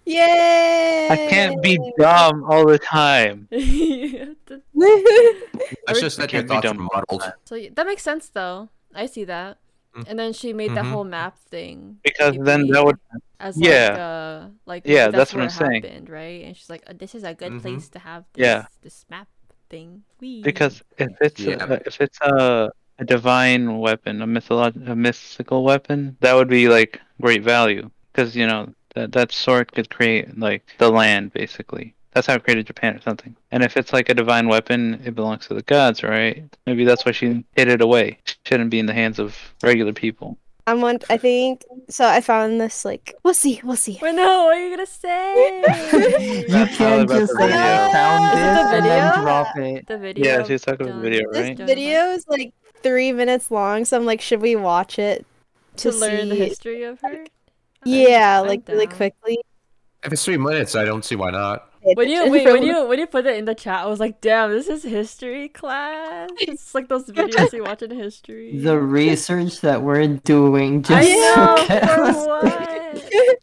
Yay!
I can't be dumb all the time.
so
That's just that your
Can't be
thoughts are
dumb.
muddled.
y- that makes sense though. I see that.
Mm.
And then she made that
Mhm.
whole map thing.
Mm-hmm. Because
Maybe
then that would
as like
Yeah.
uh like
Yeah, that's what
where
I'm
it
saying.
happened, right? And she's like, oh, this is a good
Mhm.
place to have this
Yeah.
this map thing. Wee.
because if it's
Yeah.
a, if it's a, a divine weapon, a mytholog- a mystical weapon, that would be like great value because you know that that sword could create like the land basically. That's how it created Japan or something. And if it's like a divine weapon, it belongs to the gods, right? Maybe that's why she hid it away. Shouldn't be in the hands of regular people.
I'm one. I think so. I found this like we'll see, we'll see.
Wait, no, what are you gonna say?
You
That's all
can't
about
just
the
like
video.
I found
Is it
this
the
and then
video?
drop it.
the video.
Yeah, she was talking about the
done-
video, right?
This
done by-
video is like three minutes long, so I'm like, should we watch it
to learn the
see-
history of her.
Yeah,
I'm- I'm
like really
down.
quickly.
If it's three minutes, I don't see why not.
When you
And
wait,
for-
when you when you put it in the chat, I was like, "Damn, this is history class." It's like those videos you watch in history.
The research that we're doing
I
just
know
to get us-
for what?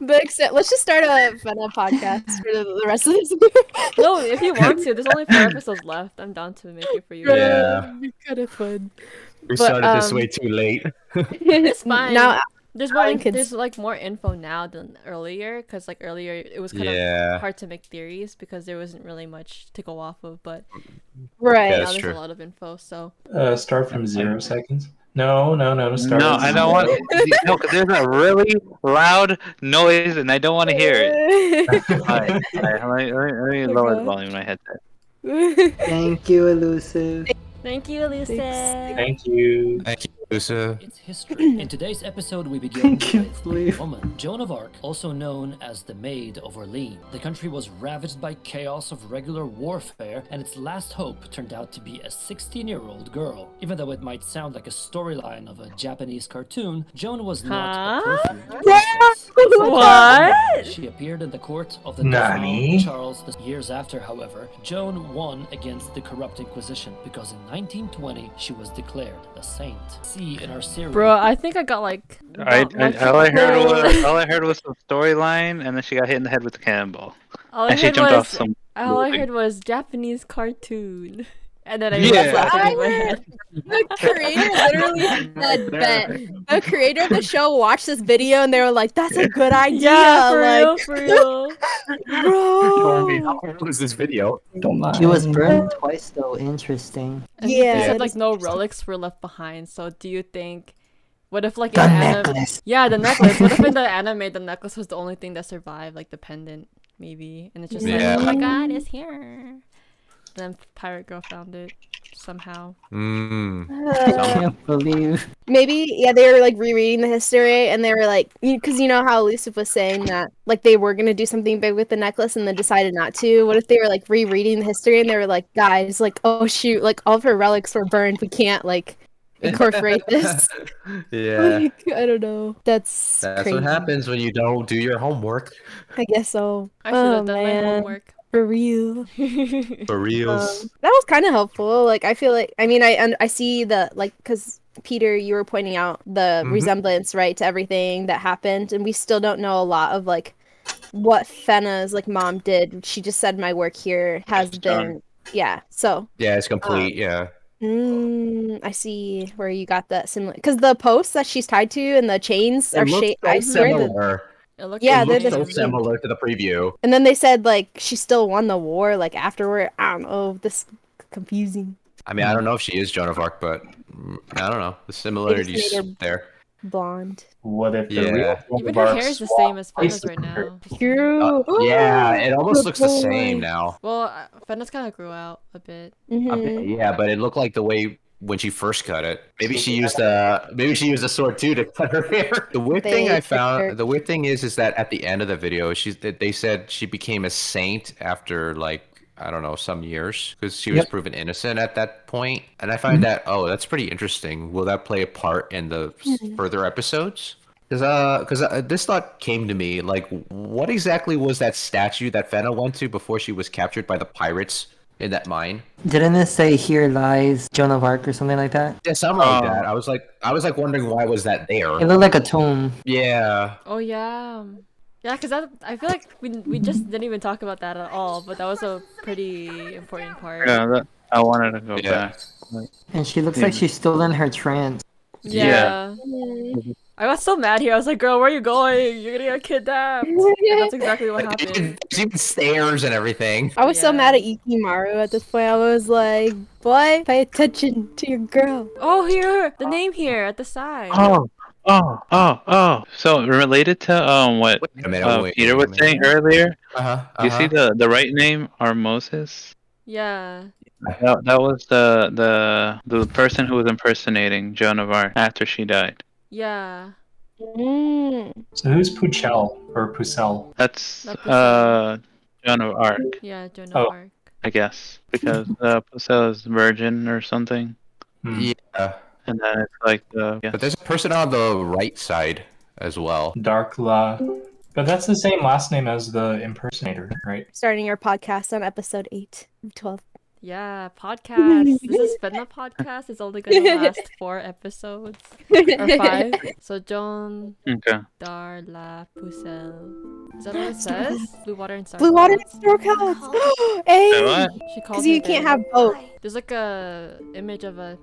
but except, let's just start a fun podcast for the, the rest of this year.
No, if you want to, there's only four episodes left. I'm down to make it for you.
Yeah.
kind of fun.
We
But, started this um, way
too late.
It's fine.
Now,
There's more.
Alan
in-
could s-
There's like more info now than earlier, because like earlier it was kind
Yeah.
of hard to make theories because there wasn't really much to go off of. But
right.
now
that's
there's
true.
a lot of info. So
Uh, start from zero seconds. No, no, no, no. Start
No, I
at
don't want.
zero.
No, because there's a really loud noise, and I don't want to hear it. Alright, alright, let me, let me, let me lower the volume in my headset.
Thank you, elusive.
thank you, Lisa.
Thank you.
Thank you, Lusa.
It's history. In today's episode, we begin
Thank you,
with
Sleeve.
a woman, Joan of Arc, also known as the Maid of Orleans. The country was ravaged by chaos of regular warfare, and its last hope turned out to be a 16-year-old girl. Even though it might sound like a storyline of a Japanese cartoon, Joan was not
Huh?
a perfect princess.
What?
She appeared in the court of the
Nani?
Dauphin Charles. the- Years after, however, Joan won against the corrupt Inquisition because in 1920 she was declared a saint. See in our series.
Bro, I think I got like.
I,
not much
I, all I heard
info.
was uh, all I heard was some storyline, and then she got hit in the head with a cannonball,
All I
and she
heard
jumped
was,
off some.
All I
building.
heard was Japanese cartoon, and then I
Yeah.
realized laughing in my head.
The creator literally said that the creator of the show watched this video and they were like, "That's a good idea."
Yeah, for
like,
real, for real.
bro.
was this video?
Don't lie. She was burned twice, though. Interesting.
I
Yeah.
think They
Yeah.
said like no relics were left behind. So do you think? What if like in
The
the anim-
necklace.
Yeah, the necklace. What if in the anime the necklace was the only thing that survived, like the pendant, maybe, and it's just
Yeah.
like, oh my god, it's here. Then pirate girl found it somehow.
Mm.
I
Uh,
can't believe.
maybe yeah, they were like rereading the history and they were like, because you know how Elusive was saying that like they were gonna do something big with the necklace and then decided not to. What if they were like rereading the history and they were like, guys, like oh shoot, like all of her relics were burned. We can't like incorporate this.
Yeah.
Like, I don't know. That's
That's
crazy.
what happens when you don't do your homework.
I guess so.
I should have
Oh,
done
man.
my homework.
For real.
For
Um,
reals.
that was kind of helpful. Like I feel like I mean I un- I see the like because Peter, you were pointing out the
Mhm.
resemblance right to everything that happened, and we still don't know a lot of like what Fena's like mom did. She just said my work here has
Just done.
been yeah. So
yeah, it's complete.
uh,
yeah.
mm, I see where you got that similar because the posts that she's tied to and the chains are shaped. I swear that.
It looked
Yeah,
like
they're
it
the
looks so
same.
similar to the preview.
And then they said like she still won the war like afterward. I don't know. This is confusing.
I mean, I don't know if she is Joan of Arc, but mm, I don't know. The similarities
made her-
there.
Blonde.
What if the
Yeah.
real
Even her hair is the same as Fenna's right now.
True.
Yeah, it almost
good
looks the same
boy.
now.
Well, uh, Fenna's kind of grew out a bit.
I
Mhm.
mean, yeah, but it looked like the way when she first cut it. Maybe she used a maybe she used a sword too to cut her hair. The weird thing
They-
I found, the weird thing is, is that at the end of the video, she's that they said she became a saint after like I don't know some years because she was
Yep.
proven innocent at that point. And I find that oh, that's pretty interesting. Will that play a part in the s- further episodes? Because uh, because uh, this thought came to me like, what exactly was that statue that Fena went to before she was captured by the pirates in that mine?
Didn't it say "Here lies Joan of Arc" or something like that?
Yeah, something like
Oh.
that. I was like, I was like wondering why was that
It
there.
looked like a tomb.
Yeah,
Oh yeah, yeah. Because that I feel like we we just didn't even talk about that at all, but that was a pretty important part.
Yeah, that, I wanted to go
Yeah.
back.
And she looks like
Hmm.
she's still in her trance.
Yeah.
Mm-hmm. I got so mad here. I was like, "Girl, where are you going? You're gonna get kidnapped." And that's exactly what
like, there's even-
happened.
there's even stairs and everything.
I was so
Yeah.
mad at Ikimaru at this point. I was like, boy, pay attention to your girl.
Oh, here the name here at the side.
Oh, oh, oh, oh. So related to um what
Wait a minute,
uh,
wait
Peter
a
was
minute.
saying earlier.
Uh-huh,
Do you see
uh-huh.
the the right name are Moses?
Yeah.
That, that was the the the person who was impersonating Joan of Arc after she died.
Yeah. Mm.
So who's Puchel or Pucel?
That's
Not
uh Joan of Arc,
Yeah. Joan of
Oh.
Arc.
I guess, because uh, Pucel is virgin or something,
Hmm.
Yeah,
and then it's like the yeah.
but there's a person on the right side as well.
Darkla. But that's the same last name as the impersonator, right?
Starting our podcast on episode 8 of 12.
Yeah. Podcast. this has been the podcast. It's only gonna last four episodes or five. So Joan
Okay.
Darla Pucel. Is that what it says? Blue water and star.
Blue water and
clouds?
storm clouds. hey!
What?
She called.
Because
her
you can't
that.
have
Oh,
both.
There's like a image of a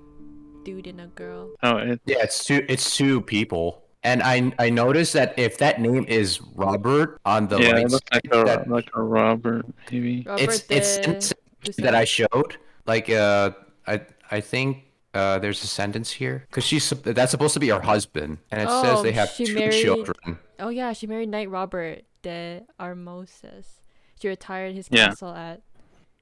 dude and a girl.
Oh, it,
Yeah, it's two. It's two people. And I I noticed that if that name is Robert on the
yeah,
right
it looks like a
side, that-
like a Robert maybe.
Robert
it's it's sentence
Pucel.
that I showed. Like uh, I I think. Uh, there's a sentence here because she's sup- that's supposed to be her husband, and it says
Oh,
they have
she
two
married-
children.
Oh yeah, she married Knight Robert de Armoses. She retired his
Yeah.
castle at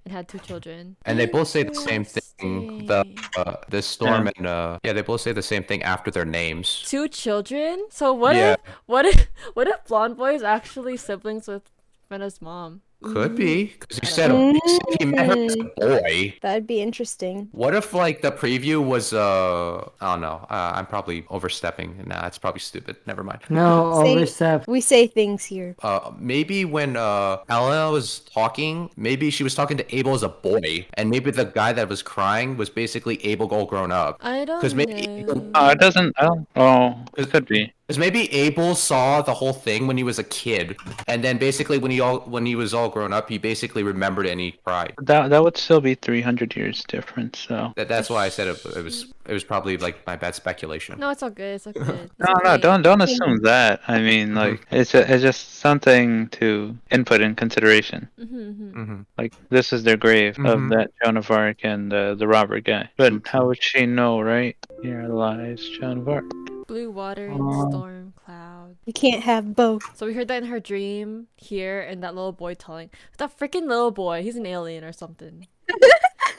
and had two children.
and they both say the same thing. The
Interesting.
uh, the storm and uh, yeah, they both say the same thing after their names.
Two children? So what
Yeah.
if what if what if Blonde Boy is actually siblings with Fena's mom?
Could be because he said he said he met her as a boy.
That'd be interesting.
What if like the preview was uh I don't know. Uh, I'm probably overstepping. Nah, it's probably stupid. Never mind.
No,
See?
overstep.
We say things here.
Uh, maybe when uh, Elena was talking, maybe she was talking to Abel as a boy, and maybe the guy that was crying was basically Abel all grown up.
I don't
'Cause maybe-
know.
Oh, it doesn't. I don't. Oh, it could be.
Because maybe Abel saw the whole thing when he was a kid, and then basically when he all when he was all grown up, he basically remembered and he cried.
That that would still be 300 years difference. So
That, that's why I said it, it was it was probably like my bad speculation.
No, it's all good. It's all good. It's
no, no,
okay.
don't don't assume that. I mean, like it's a, it's just something to input in consideration.
Mhm, mhm.
Mhm.
Like this is their grave
Mhm.
of
Mm-hmm.
that Joan of Arc and uh, the Robert guy. But how would she know, right? Here lies Joan of Arc.
Blue water and storm cloud.
You can't have both.
So we heard that in her dream here, and that little boy telling that freaking little boy, he's an alien or something.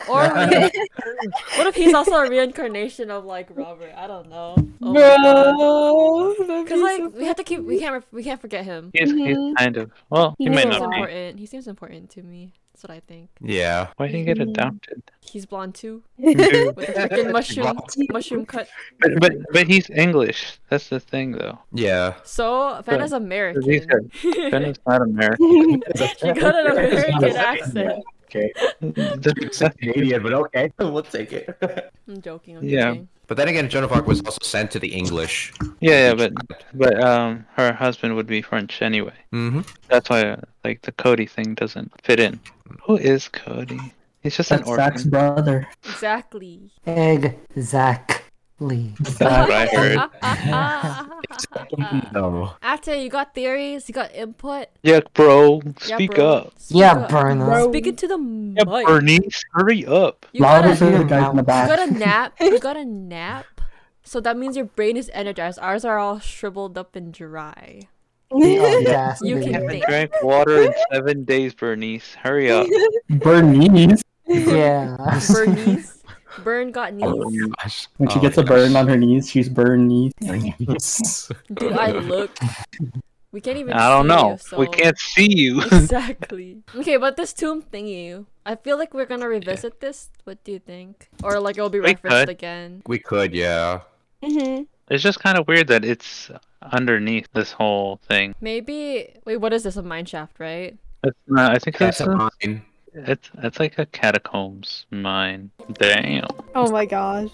or re- what if he's also a reincarnation of like Robert? I don't know. Oh
Bro!
Because like we have to keep, we can't, re- we can't forget him.
He's, he's
Mm-hmm.
Mhm.
kind of well. He,
He
might
seems
is
not be.
important. He seems important to me. That's what I think.
Yeah.
Why did he get adopted?
He's blonde too,
like...
Mm-hmm. with a freaking mushroom, mushroom cut.
But but but he's English. That's the thing, though.
Yeah.
So Fenna's American.
He's Ben is not American.
she got an American accent.
Canadian, but okay, we'll take it.
I'm joking. I'm
Yeah.
joking.
But then again, Joan of Arc was also sent to the English.
yeah, yeah, but but um, her husband would be French anyway.
Mm-hmm.
That's why uh, like the Cody thing doesn't fit in. Who is Cody? He's just an
That's
orphan.
Zach's brother.
Exactly.
Exactly.
That's what I heard.
No.
Ate, you got theories, you got input.
Yeah, bro,
Yeah,
speak
bro.
up.
Speak
Yeah,
up.
Bruno.
Speak into the mic.
Yeah, Bernice, hurry up.
You got,
Louder
a,
than
you
the guy in the back.
got a nap. You got a nap. So that means your brain is energized. Ours are all shriveled up and dry.
The
Mm-hmm.
audacity.
You can
I
think.
drank water in seven days, Bernice. Hurry up.
Bernice. Yeah.
Bernice. Burn got knees.
Gosh.
When she
Oh,
gets a
gosh.
burn on her knees, she's burn knees.
Do I look? We can't even.
I don't
see you,
know. We
so-
can't see you.
exactly. Okay, but this tomb thingy, I feel like we're gonna revisit this. What do you think? Or like it'll be
We
referenced
could.
again.
We could, yeah.
Mm-hmm.
it's just kind of weird that it's underneath this whole thing.
Maybe. Wait, what is this? A mine shaft, right?
It's not, I think
That's
that's
a
a,
mine.
it's it's like a catacombs mine. Damn.
Oh my gosh.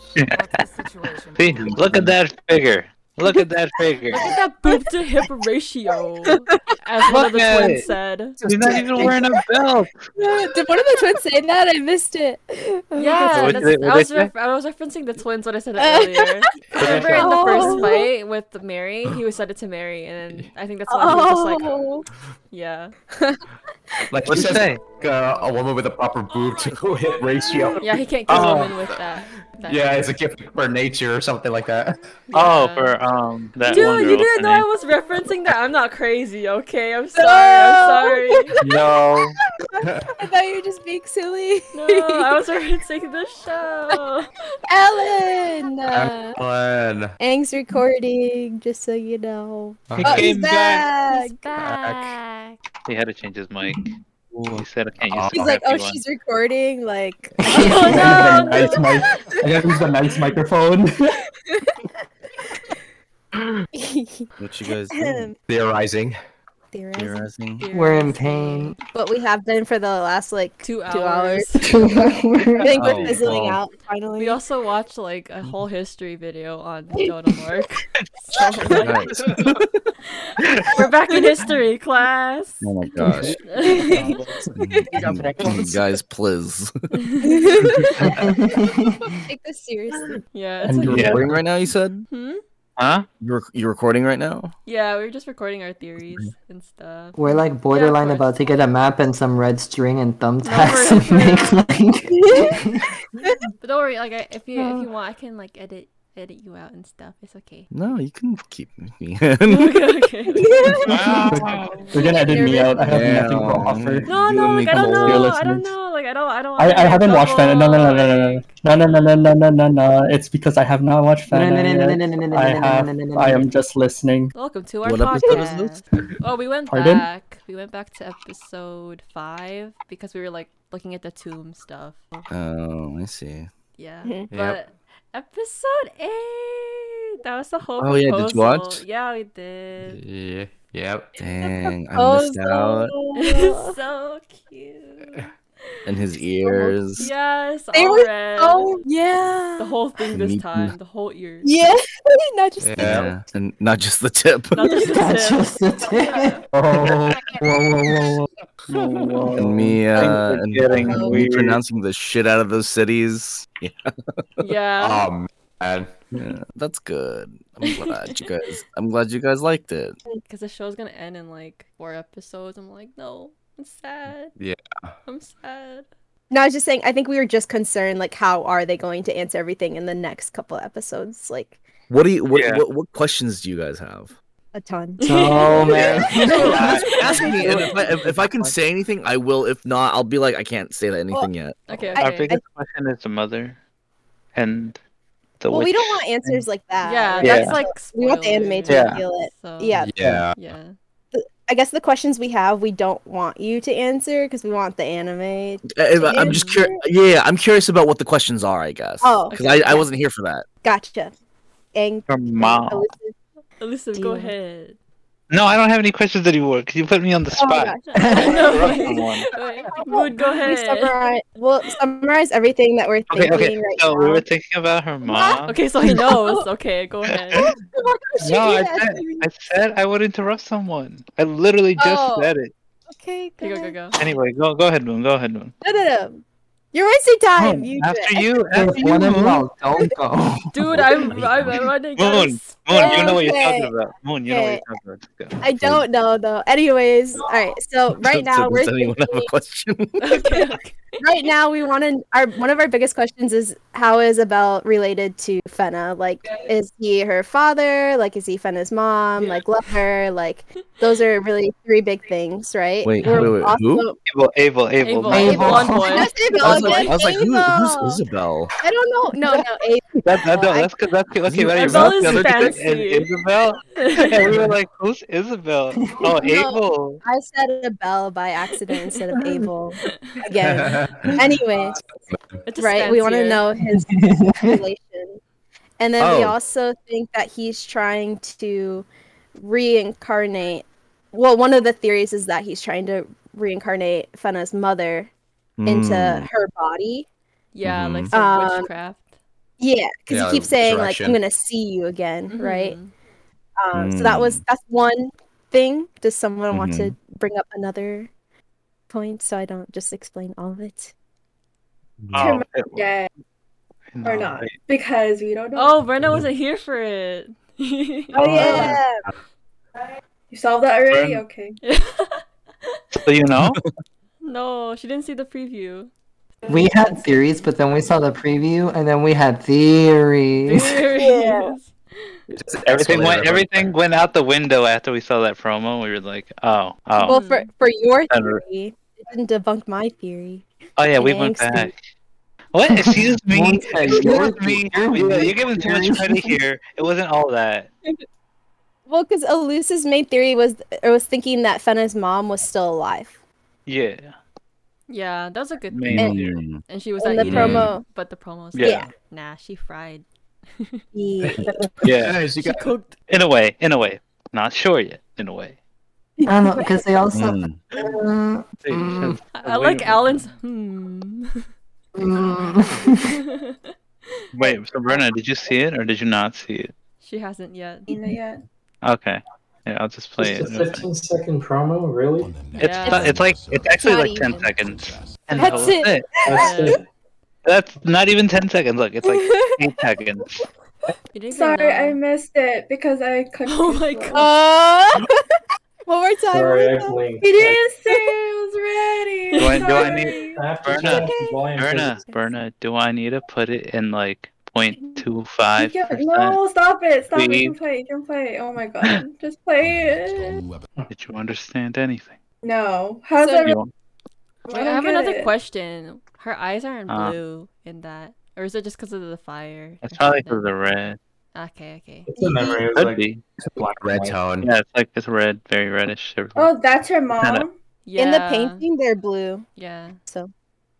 See, look at that figure. Look at that figure.
Look at that boob to hip ratio, as one of the
Look at
twins
it.
said.
He's not even wearing a belt.
Did one of the twins say that? I missed it.
Yeah,
What
that's,
did they- what
I
they
was
say?
ref- I was referencing the twins when I said it earlier.
What
Remember
did
in the first
Oh.
fight with Mary, he said it to Mary, and then I think that's why he was just like,
Oh.
yeah,
Like
What's
she
it
says,
say?
like, uh, a woman with a proper boob to hit ratio.
yeah, he can't kill
Oh.
women with that. with that.
Yeah, it's a gift for nature or something like that.
Oh,
Yeah.
for um that
Dude,
one girl.
you didn't know I was referencing that. I'm not crazy, okay? I'm sorry. I'm sorry.
No.
I thought you were just being silly.
No, I was referencing the show.
Ellen! Uh,
Fun.
Ang's recording, just so you know.
He
Oh, he's
came back.
back!
back.
He had to change his mic. He said I can't use
He's
He's
the
like, oh,
crappy one."
she's recording, like...
Oh,
I
no,
gotta use the nice mic. I gotta use the nice microphone.
What you guys doing?
Theorizing.
Theorizing.
Theorizing.
We're in pain.
But we have been for the last, like,
Two
Two
hours.
hours. I think we're
Oh,
fizzling
well.
out, finally.
We also watched like a whole history video on Jonah Mark. So, like,
Nice.
we're back in history class.
Oh my gosh. guys, please.
Take this seriously.
yeah, it's
and
like,
you're
Yeah.
Recording right now, you said?
hmm?
Huh?
You're you're recording right now?
Yeah, we were just recording our theories and stuff.
We're like borderline
course.
about to get a map and some red string and thumbtacks
No,
and make like.
But don't worry, like I, if you if you want, I can like edit edit you out and stuff. It's okay.
No, you can keep me.
okay, okay.
Oh,
You're gonna edit me out. I have nothing to
Damn.
offer.
No,
You
no,
and
like
me
I don't
both.
know.
Dear
I don't
listeners.
know. Like I don't. I don't.
I,
wanna
I
get
haven't
in
watched Fan. No, no, no, no,
trouble,
no, no, no, no, no, no, no, no, no. It's because I have not watched Fan. yet. I have. I am just listening.
Welcome to our
What episode is
podcast.
this?
Oh, we went
Pardon?
back. We went back to episode five because we were like looking at the tomb stuff.
Oh, I see.
Yeah.
Mhm.
But episode eight. That was the whole.
Oh, yeah, did you watch?
proposal. Yeah, we did.
Yeah. Yep.
Dang, I missed out.
It's so cute.
And his ears.
Yes,
They
all
were
red.
Oh, yeah.
The whole thing this
Me-
time. The whole ear.
Yeah, not just
Yeah.
Yeah, and not just the tip.
Not just the
That's
tip.
just it.
Oh, whoa, whoa, whoa, whoa, whoa.
and me uh,
Things are
and
getting
me
weird.
pronouncing the shit out of those cities. Yeah, Oh,
Yeah.
Um. And
yeah, that's good. I'm glad you guys. I'm glad you guys liked it.
Because the show's gonna end in like four episodes. I'm like, no, I'm sad.
Yeah.
I'm sad.
No, I was just saying. I think we were just concerned, like, how are they going to answer everything in the next couple episodes? Like
What do you? What,
Yeah.
what, what questions do you guys have?
a ton.
Oh man.
ask, ask me, and if I, if, if I can say anything, I will. If not, I'll be like, I can't say that anything yet.
Okay.
Our
okay.
biggest question is the mother, and the
Well, we don't
witch.
want answers like that.
yeah,
Like,
Yeah.
that's like Um,
we want the anime to
Yeah.
spoilers,
reveal it.
So,
Yeah,
yeah.
Yeah.
I guess the questions we have, we don't want you to answer because we want the anime.
If I, am just curious. Yeah, I'm curious about what the questions are. I guess.
Oh,
because I, I wasn't here for that.
Gotcha. And
Her mom.
Elusive-
Elusive, go
Yeah.
ahead.
No, I don't have any questions anymore because you put me on the
Oh my
spot.
gosh.
no.
Someone.
Wait, Mood, go
We
ahead.
summarize. We'll summarize everything that we're
Okay,
thinking
okay.
right now.
So
Ah,
we were thinking about her mom.
Okay, so he knows. Okay, go ahead.
No, I said, I said I would interrupt someone. I literally just
Oh.
said it.
Okay,
Okay,
go,
go, go,
ahead.
go.
Anyway, go go ahead, Moon. Go ahead, Moon.
No, no, no. You're wasting
Oh,
time. you
After
jerk.
you,
If
after you,
one of
Moon.
you all don't go.
Dude, I'm, I'm, I'm running out of
Moon.
s-
Moon, you know what you're
Okay.
talking about. Moon, you know what you're talking about. Let's go.
I don't know though. Anyways, all right. So right
So
now we're
does anyone have
thinking-
a question?
Okay, okay.
right now we want to. Our one of our biggest questions is how is Abel related to Fena? Like, is he her father? Like, is he Fena's mom? Like, love her? Like, those are really three big things, right?
Wait,
We're
wait, wait, who?
also-
Abel, Abel, Abel.
Abel,
not-
Abel,
Abel.
on
I
boy.
was Abel
I was like,
again,
I was like who,
Abel.
who's Isabel?
I don't know. No, no, Abel.
That, that, no, that's because that's 'cause- okay. Right,
Isabel
Ralph,
is
the other day,
fancy.
and Isabel, and we were like, "Who's Isabel?" Oh, Abel.
I said Abel by accident instead of Abel again. Anyway,
It's just
right? We want to
fancier.
know his relation. And then we
Oh.
also think that he's trying to reincarnate. Well, one of the theories is that he's trying to reincarnate Fena's mother into
Hmm.
Mm.
her body.
Yeah,
Mm-hmm.
like
Mhm.
some
Um,
witchcraft.
Yeah, because
Yeah,
he keeps saying like
resurrection.
I'm gonna see you again, right?
Mhm.
Um, So that
Hmm.
was that's one thing. Does someone want to
Mm-hmm.
bring up another point so I don't just explain all of it?
Oh, it-
Yeah,
no,
or not.
wait.
Because we don't know.
Oh, Brenna wasn't here for it.
Oh yeah,
You solved that already?
Bren-
Okay.
So you know,
no, she didn't see the preview.
We had theories, but then we saw the preview, and then we had theories.
There it
Yeah.
is.
everything went everything went out the window after we saw that promo. We were like, "Oh, oh,
Well, for for your
I don't-
theory, it didn't debunk my theory.
oh yeah, we went
Thanks.
back." What? Excuse me.
One second,
Excuse
you're-
me.
you're
Yeah, You're giving
weird.
too much credit here. It wasn't all that.
Well, because Elusa's main theory was or was thinking that Fena's mom was still alive.
Yeah.
Yeah, that was a good
Main
thing.
theory.
And she was
And the
not eating it,
promo-
but the promo.
Yeah.
Yeah.
Nah, she fried.
Yeah.
Yeah.
Anyways, you
She
got
cooked.
In a way. In a way. Not sure yet. In a way.
I don't know because they also
Mm.
Mm, Mm.
I, I like Alan's. Hmm.
mm.
Wait, so Brenna, did you see it or did you not see it?
she hasn't yet.
You know, yeah.
Okay. Yeah, I'll just play it.
Just a 15 second promo, really?
It's
Yeah.
not- it's like it's actually
Not
like ten
even.
seconds. And
That's
that was
it.
That's
Yeah.
it.
That's not even ten seconds. Look, it's like eight seconds.
You didn't even
Sorry, I
know.
missed it because I clicked.
Oh my
too slow.
God.
Uh, one more time. one
Sorry,
more
I
time.
blinked.
You didn't say it was
Do I-
ready.
do I need-
Sorry.
I have to
Berna,
turn off the volume 'cause
Berna, Berna, do I need to put it in like 0.25
You can't-
percent?
No, stop it. Stop it.
We-
You can play. it, You can play. it. Oh my god. Just play it.
Did you understand anything?
No. How's
So-
that?
You don't-
Oh,
Wait, I
don't
have
get
another
it.
question. Her eyes aren't
Uh.
blue in that, or is it just because of the fire?
It's
or
probably
something?
because the red.
Okay, okay.
It's a memory. It was
Could
like
be.
black and
red
white.
tone.
Yeah, it's like it's red, very reddish. everything.
Oh, that's her mom.
Yeah.
In the painting, they're blue.
Yeah.
So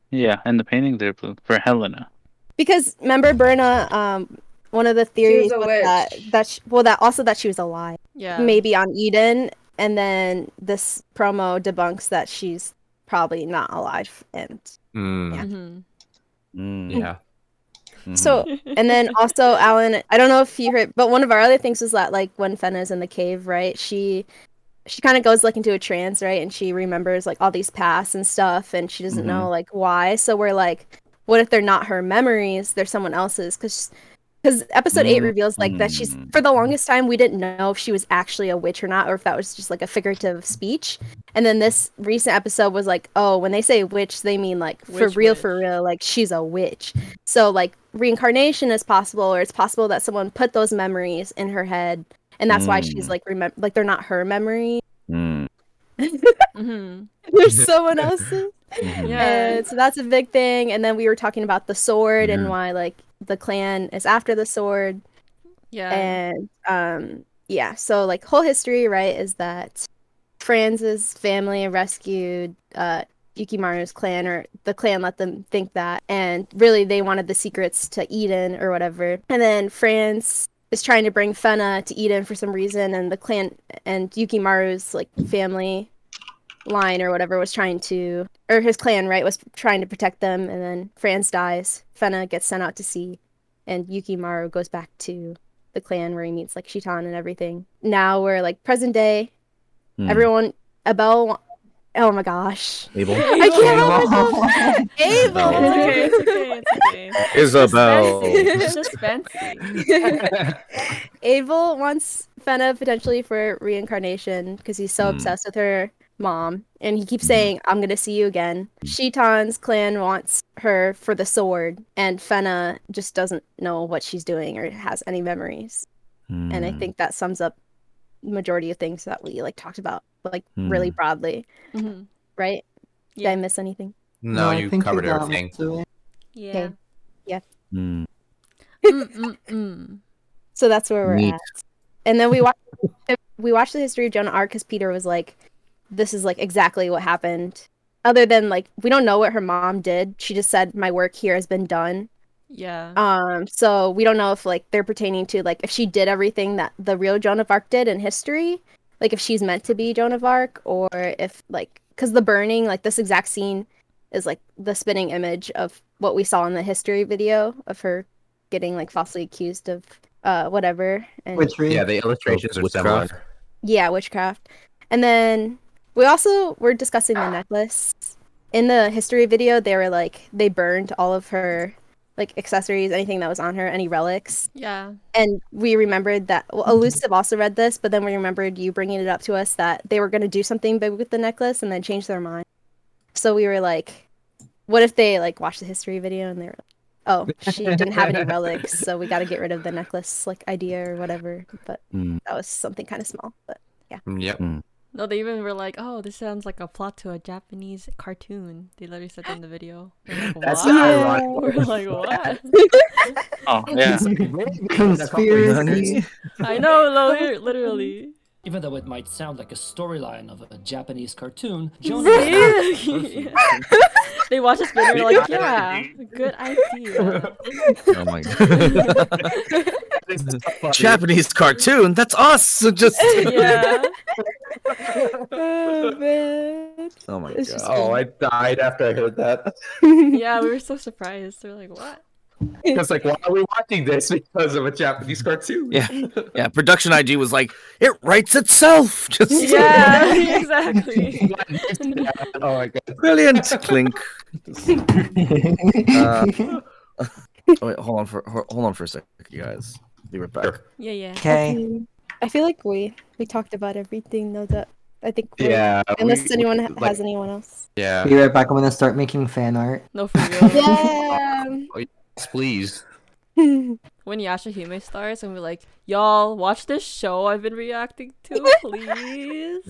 Yeah, and the painting they're blue for Helena.
because remember Berna, um, one of the theories
a
was
witch.
that that she, well that also that she was alive,
Yeah.
maybe on Eden, and then this promo debunks that she's probably not alive and
Mm,
Mhm.
Mm.
yeah.
So, and then also, Alan, I don't know if you heard, but one of our other things was that, like, when Fena's in the cave, right? She, she kind of goes like into a trance, right? And she remembers like all these pasts and stuff, and she doesn't know like why. So we're like, what if they're not her memories? They're someone else's, because. Because episode eight reveals like that she's for the longest time we didn't know if she was actually a witch or not, or if that was just like a figurative speech. And then this recent episode was like, oh, when they say witch, they mean like for
Witch,
real, for
witch.
real, like she's a witch. So like reincarnation is possible, or it's possible that someone put those memories in her head, and that's why she's
Mm.
like remember, like they're not her memories,
Mm-hmm.
Mm.
Mhm.
they're someone else's.
Mhm.
Yeah.
And so that's a big thing. And then we were talking about the sword
Yeah.
and why like the clan is after the sword,
Yeah.
and um yeah, so like whole history right is that Franz's family rescued uh Yukimaru's clan or the clan let them think that and really they wanted the secrets to Eden or whatever. And then Franz is trying to bring Fena to Eden for some reason and the clan and Yukimaru's like family line or whatever was trying to or his clan right was trying to protect them and then Franz dies. Fena gets sent out to sea and Yukimaru goes back to the clan where he meets like Shitan and everything. Now we're like present day
Mm.
Everyone, Abel. Oh my gosh.
Abel.
I can't
It's
remember.
okay. It's okay. It's okay.
Isabel.
It's just fancy. It's just fancy.
Abel wants Fena potentially for reincarnation because he's so
Hmm.
obsessed with her mom, and he
Hmm.
keeps saying, "I'm gonna see you again." Shitan's clan wants her for the sword, and Fena just doesn't know what she's doing or has any memories. And I
Hmm.
think that sums up majority of things that we like talked about, like really
Hmm.
broadly,
Mm-hmm.
right? Did I miss anything?
No,
No, I
you
think you
covered
got
everything.
Yeah.
Okay. Yeah.
Hmm.
So that's where we're
Neat.
at. And then we watched we watched the history of Jonah Arc because Peter was like, "This is like exactly what happened." Other than like we don't know what her mom did. She just said, "My work here has been done."
Yeah.
Um, so we don't know if like they're pertaining to like if she did everything that the real Joan of Arc did in history, like if she's meant to be Joan of Arc, or if like because the burning, like this exact scene, is like the spinning image of what we saw in the history video of her getting like falsely accused of uh whatever and
Yeah, the illustrations are similar.
Witchcraft.
yeah, witchcraft. And then we also were discussing the necklace. In the history video, they were like they burned all of her like accessories, anything that was on her, any relics.
Yeah.
And we remembered that well,
Mm-hmm.
elusive also read this, but then we remembered you bringing it up to us that they were going to do something big with the necklace and then change their mind. So we were like, what if they like watched the history video and they were like, oh, she didn't have any relics, so we got to get rid of the necklace like idea or whatever. But
Mm.
that was something kind of small, but yeah.
Yep.
Mm.
No, they even were like, "Oh, this sounds like a plot to a Japanese cartoon." They literally said that in the video. We're like,
That's
"What?"
ironic.
We're like, "What?"
Oh yeah.
Conspiracy.
I know, lo- literally.
Even though it might sound like a storyline of a Japanese cartoon,
Exactly.
Jonah.
They watched this video and were like, "Yeah, good idea."
Oh my god. Japanese cartoon. That's us. So just.
yeah.
oh man.
Oh my
It's just
god.
Oh, I died after I heard that.
Yeah, we were so surprised. We're like, "What?"
It's like, why are we watching this? Because of a Japanese cartoon.
Yeah. Yeah. Production IG was like, it writes itself. Just
Yeah, exactly.
Oh my god.
brilliant. Clink. Uh, oh, wait, hold on for ho- hold on for a sec, you guys. Be right back.
Yeah, yeah.
Okay. I feel like we we talked about everything though that I think we-
Yeah,
unless
we-
anyone ha-
like-
has anyone else.
Yeah.
Be right back. I'm gonna start making fan art.
No, for real.
Yeah.
Oh, yes, please.
When Yashahime starts and we're like, "Y'all, watch this show I've been reacting to, please,"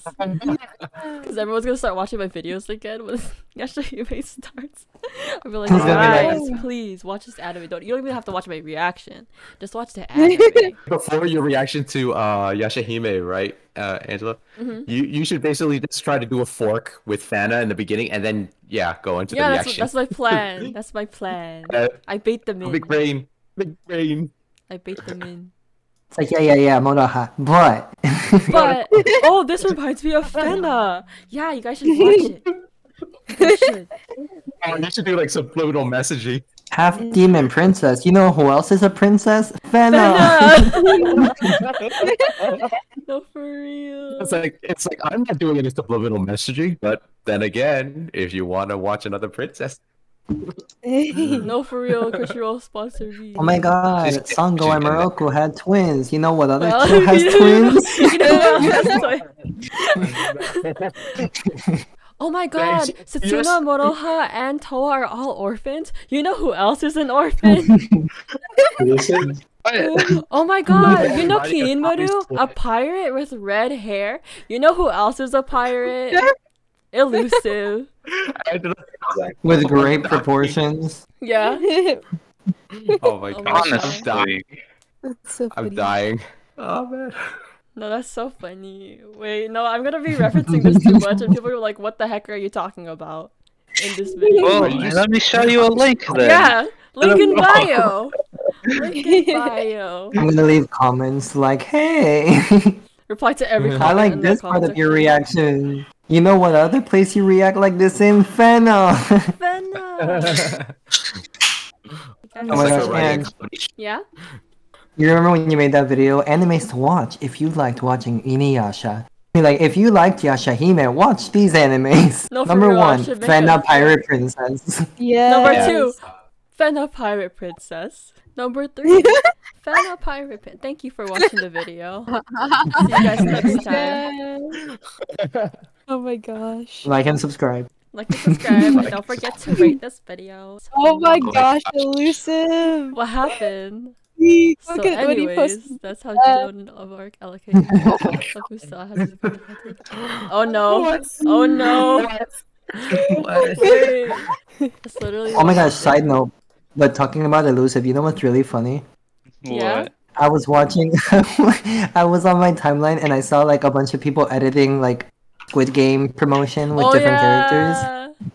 because everyone's gonna start watching my videos again when Yashahime starts. I'll be like,
Who's gonna be
"Guys,
like-
please watch this anime. Don't you don't even have to watch my reaction. Just watch the anime."
Before your reaction to uh, Yashahime, right, uh, Angela?
Mm-hmm.
You you should basically just try to do a fork with Fana in the beginning, and then yeah, go into
yeah,
the
that's
reaction.
that's my plan. That's my plan.
Uh,
I bait them in.
Big brain, big brain.
I bait them in.
It's like yeah, yeah, yeah, Monoha. But
But oh, this reminds me of Fena. Yeah, you guys should watch it. You should.
Oh, you should do like subliminal messaging.
half demon princess. You know who else is a princess? Fena.
Fena. no, for real.
It's like it's like I'm not doing any subliminal messaging, but then again, if you want to watch another princess,
No, for real. Kushiro sponsor me.
Oh my god,
She's-
Sango and Moroku had twins. You know what other
Well,
show has
you know-
twins?
you know what else I- oh my god,
Thanks.
Satsuma,
Yes.
Moroha, and Toa are all orphans. You know who else is an orphan?
Listen,
oh my god, you know
Everybody is
Kiinmaru,
obviously-
a pirate with red hair. You know who else is a pirate? Elusive.
Angela-
With great proportions.
Yeah.
oh my
Oh my
Oh god,
God.
I'm dying.
That's so funny.
I'm dying. Oh man.
No, that's so funny. Wait, no, I'm gonna be referencing this too much, and people are like, "What the heck are you talking about?" In this video.
Well, let me show Oh, you a link then.
Yeah, link in bio. Link in bio.
I'm gonna leave comments like, hey,
Reply to every comment.
I
in
like
the
this part
comment
of your
section.
reaction. You know what other place you react like this in? Oh Fena.
Fena.
Oh my
It's like
gosh,
a writing
and-
competition.
Yeah.
You remember when you made that video, animes to watch if you liked watching Inuyasha. I mean, like, if you liked Yashahime, watch these animes.
No, for
Number
real, I
one,
should make
Fena
a-
Pirate Princess.
yeah.
Number two, Fena Pirate Princess. Number three, Fena Pirate Prin- Thank you for watching the video. See you guys next time. Oh my gosh.
Like and subscribe.
Like and subscribe. and don't forget to rate this video.
Oh my gosh, elusive.
What happened?
He-
So
look at what he
anyways,
posted.
that's how
Uh,
Joan of Arc allocated so who still has his content. Oh no. Oh no. Wait. That's literally
Oh my
what
gosh,
happened.
side note. But talking about elusive, you know what's really funny?
Yeah.
I was watching I was on my timeline and I saw like a bunch of people editing like Squid Game promotion with
Oh,
different
yeah.
characters.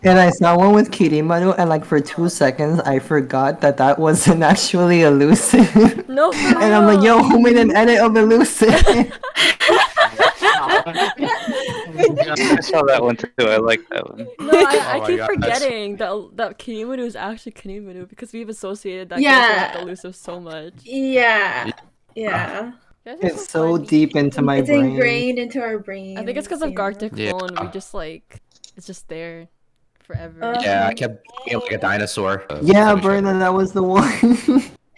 And I saw one with Kirimaru and like for two seconds I forgot that that wasn't actually elusive.
No. for
And I'm like, yo, who made an edit of elusive?
I saw that one too. I like that one.
No, I,
Oh
I
my
keep
God, that's-
forgetting that that Kinemanu is actually Kinemanu because we've associated that character
Yeah.
with elusive so much.
Yeah. Yeah.
it's so deep into my
it's
brain.
ingrained into our brain.
I think it's because of Gartic
Yeah.
Clone. We just like it's just there forever.
Yeah, I kept being like a dinosaur.
Yeah, Berna, that was the one.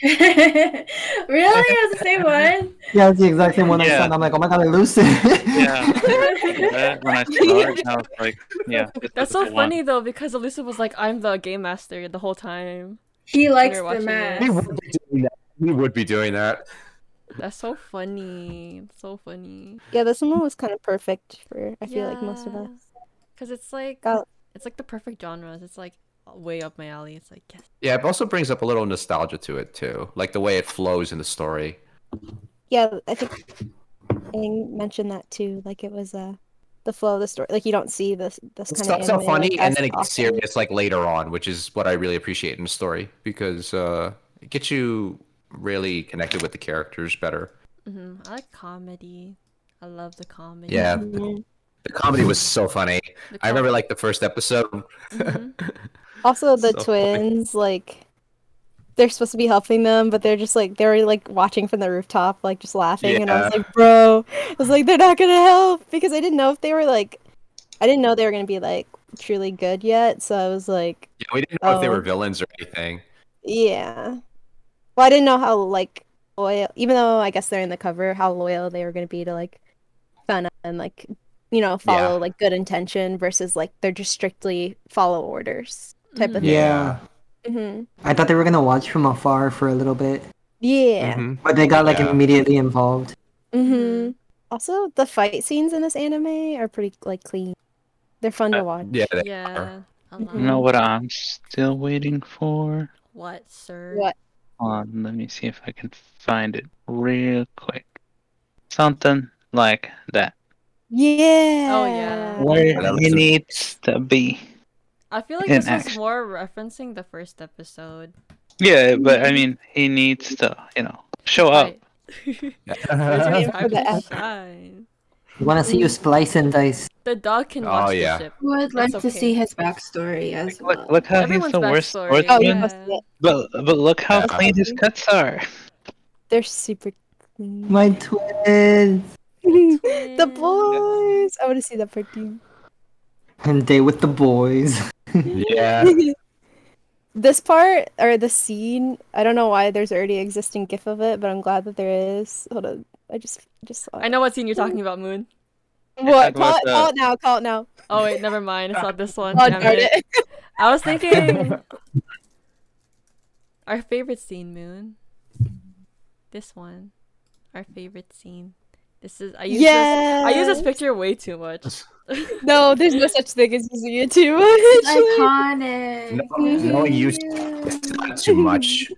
really? It was the same one?
yeah, it's the exact same one I saw.
Yeah.
And I'm like, oh my god, elusive.
Yeah. That- when I saw it, I was like, yeah. this
That's
is
so
the one.
funny though because elusive was like, "I'm the game master" the whole time.
He
when we
likes
were
the
watching it.
mask.
We would be doing that. We would be doing that.
That's so funny. So funny.
Yeah, this one was kind of perfect for I feel like most of us.
Because it's like
Got-
it's like the perfect genres. It's like way up my alley. It's like yes.
Yeah, it also brings up a little nostalgia to it too, like the way it flows in the story.
Yeah, I think Aang mentioned that too. Like it was uh, the flow of the story. Like you don't see this this kind
Stuff's
of
so
anime,
funny,
like,
and
as
then it gets
often.
serious like later on, which is what I really appreciate in a story because uh, it gets you really connected with the characters better.
hmm I like comedy. I love the comedy.
Yeah.
Mm-hmm.
Mhm. The comedy was so funny.
The Mm-hmm.
I remember like the first episode.
Also, the
So funny.
twins like they're supposed to be helping them, but they're just like they're like watching from the rooftop, like just laughing, and I was
Yeah.
like, bro, I was like, they're not gonna help because I didn't know if they were like, I didn't know they were gonna be like truly good yet, so I was like,
Yeah, we didn't know if they
Oh.
were villains or anything.
yeah. Well, I didn't know how like loyal, even though I guess they're in the cover, how loyal they were gonna be to like Fena and like you know follow
Yeah.
like good intention versus like theyey're just strictly follow orders type of thing.
Yeah.
hmm
I thought they were gonna watch from afar for a little bit,
Yeah.
Mm-hmm.
but they got like
Yeah.
immediately involved.
Mm-hmm. Also, the fight scenes in this anime are pretty like clean. They're fun to watch.
Yeah. They
Yeah. I
You know
love
what I'm still waiting for?
what, sir?
What?
Hold on, let me see if I can find it real quick. Something like that.
Yeah.
Oh yeah.
it Uh, needs to be.
I feel like
In
this was
action.
more referencing the first episode.
Yeah, but I mean, he needs to, you know, show up.
Right. Where's your time to shine?
We want to see you splice and dice.
The dog can
Oh,
watch
yeah.
the ship.
Would like
It's
to
okay.
see his backstory as well.
Look, look how he's
Everyone's
the worst
backstory,
Oh, you
swordsman,
must see it.
but but look how clean his cuts are.
They're super clean.
My twins.
the boys. I want to see that part too.
And day with the boys.
Yeah.
This part or the scene, I don't know why there's already existing gif of it, but I'm glad that there is. Hold on, I just just saw
I
it.
know what scene you're talking about, Moon.
What?
talking about
Call it,
the-
call it now. Call it now.
Oh wait, never mind. I saw this one.
Oh,
Damn
darn it.
it. I was thinking our favorite scene, Moon. This one, our favorite scene. This is I use this. I use this
Yes.
picture way too much.
No, there's no such thing as using it too much.
Iconic.
No, no use. It's not too much.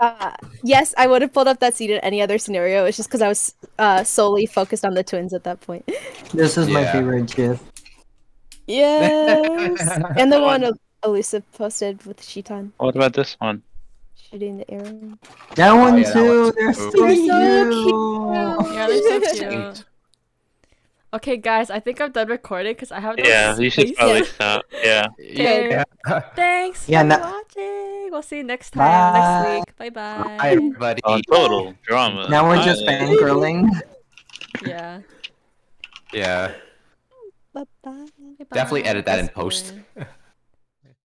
Uh, yes, I would have pulled up that scene in any other scenario. It's just because I was uh, solely focused on the twins at that point.
This is my
Yeah.
favorite gif.
Yes, and the one El- Elusive posted with Shitan
What about this one?
shooting the arrow.
That one
Oh, yeah, that
too.
one's
They're
cool.
so
They're
cute.
so
Oh, Yeah, they're so cute. Okay, guys, I think I'm done recording because I have. those
Yeah, you should
faces.
probably stop. Yeah.
Okay. Thanks
Yeah,
for
no-
watching. We'll see you next time
Bye.
next week. Bye bye.
Hi, everybody.
Oh, total drama.
Now we're just
Uh,
fangirling.
Yeah.
Yeah.
Bye bye.
Goodbye.
Definitely edit that in
That's
post.
boring.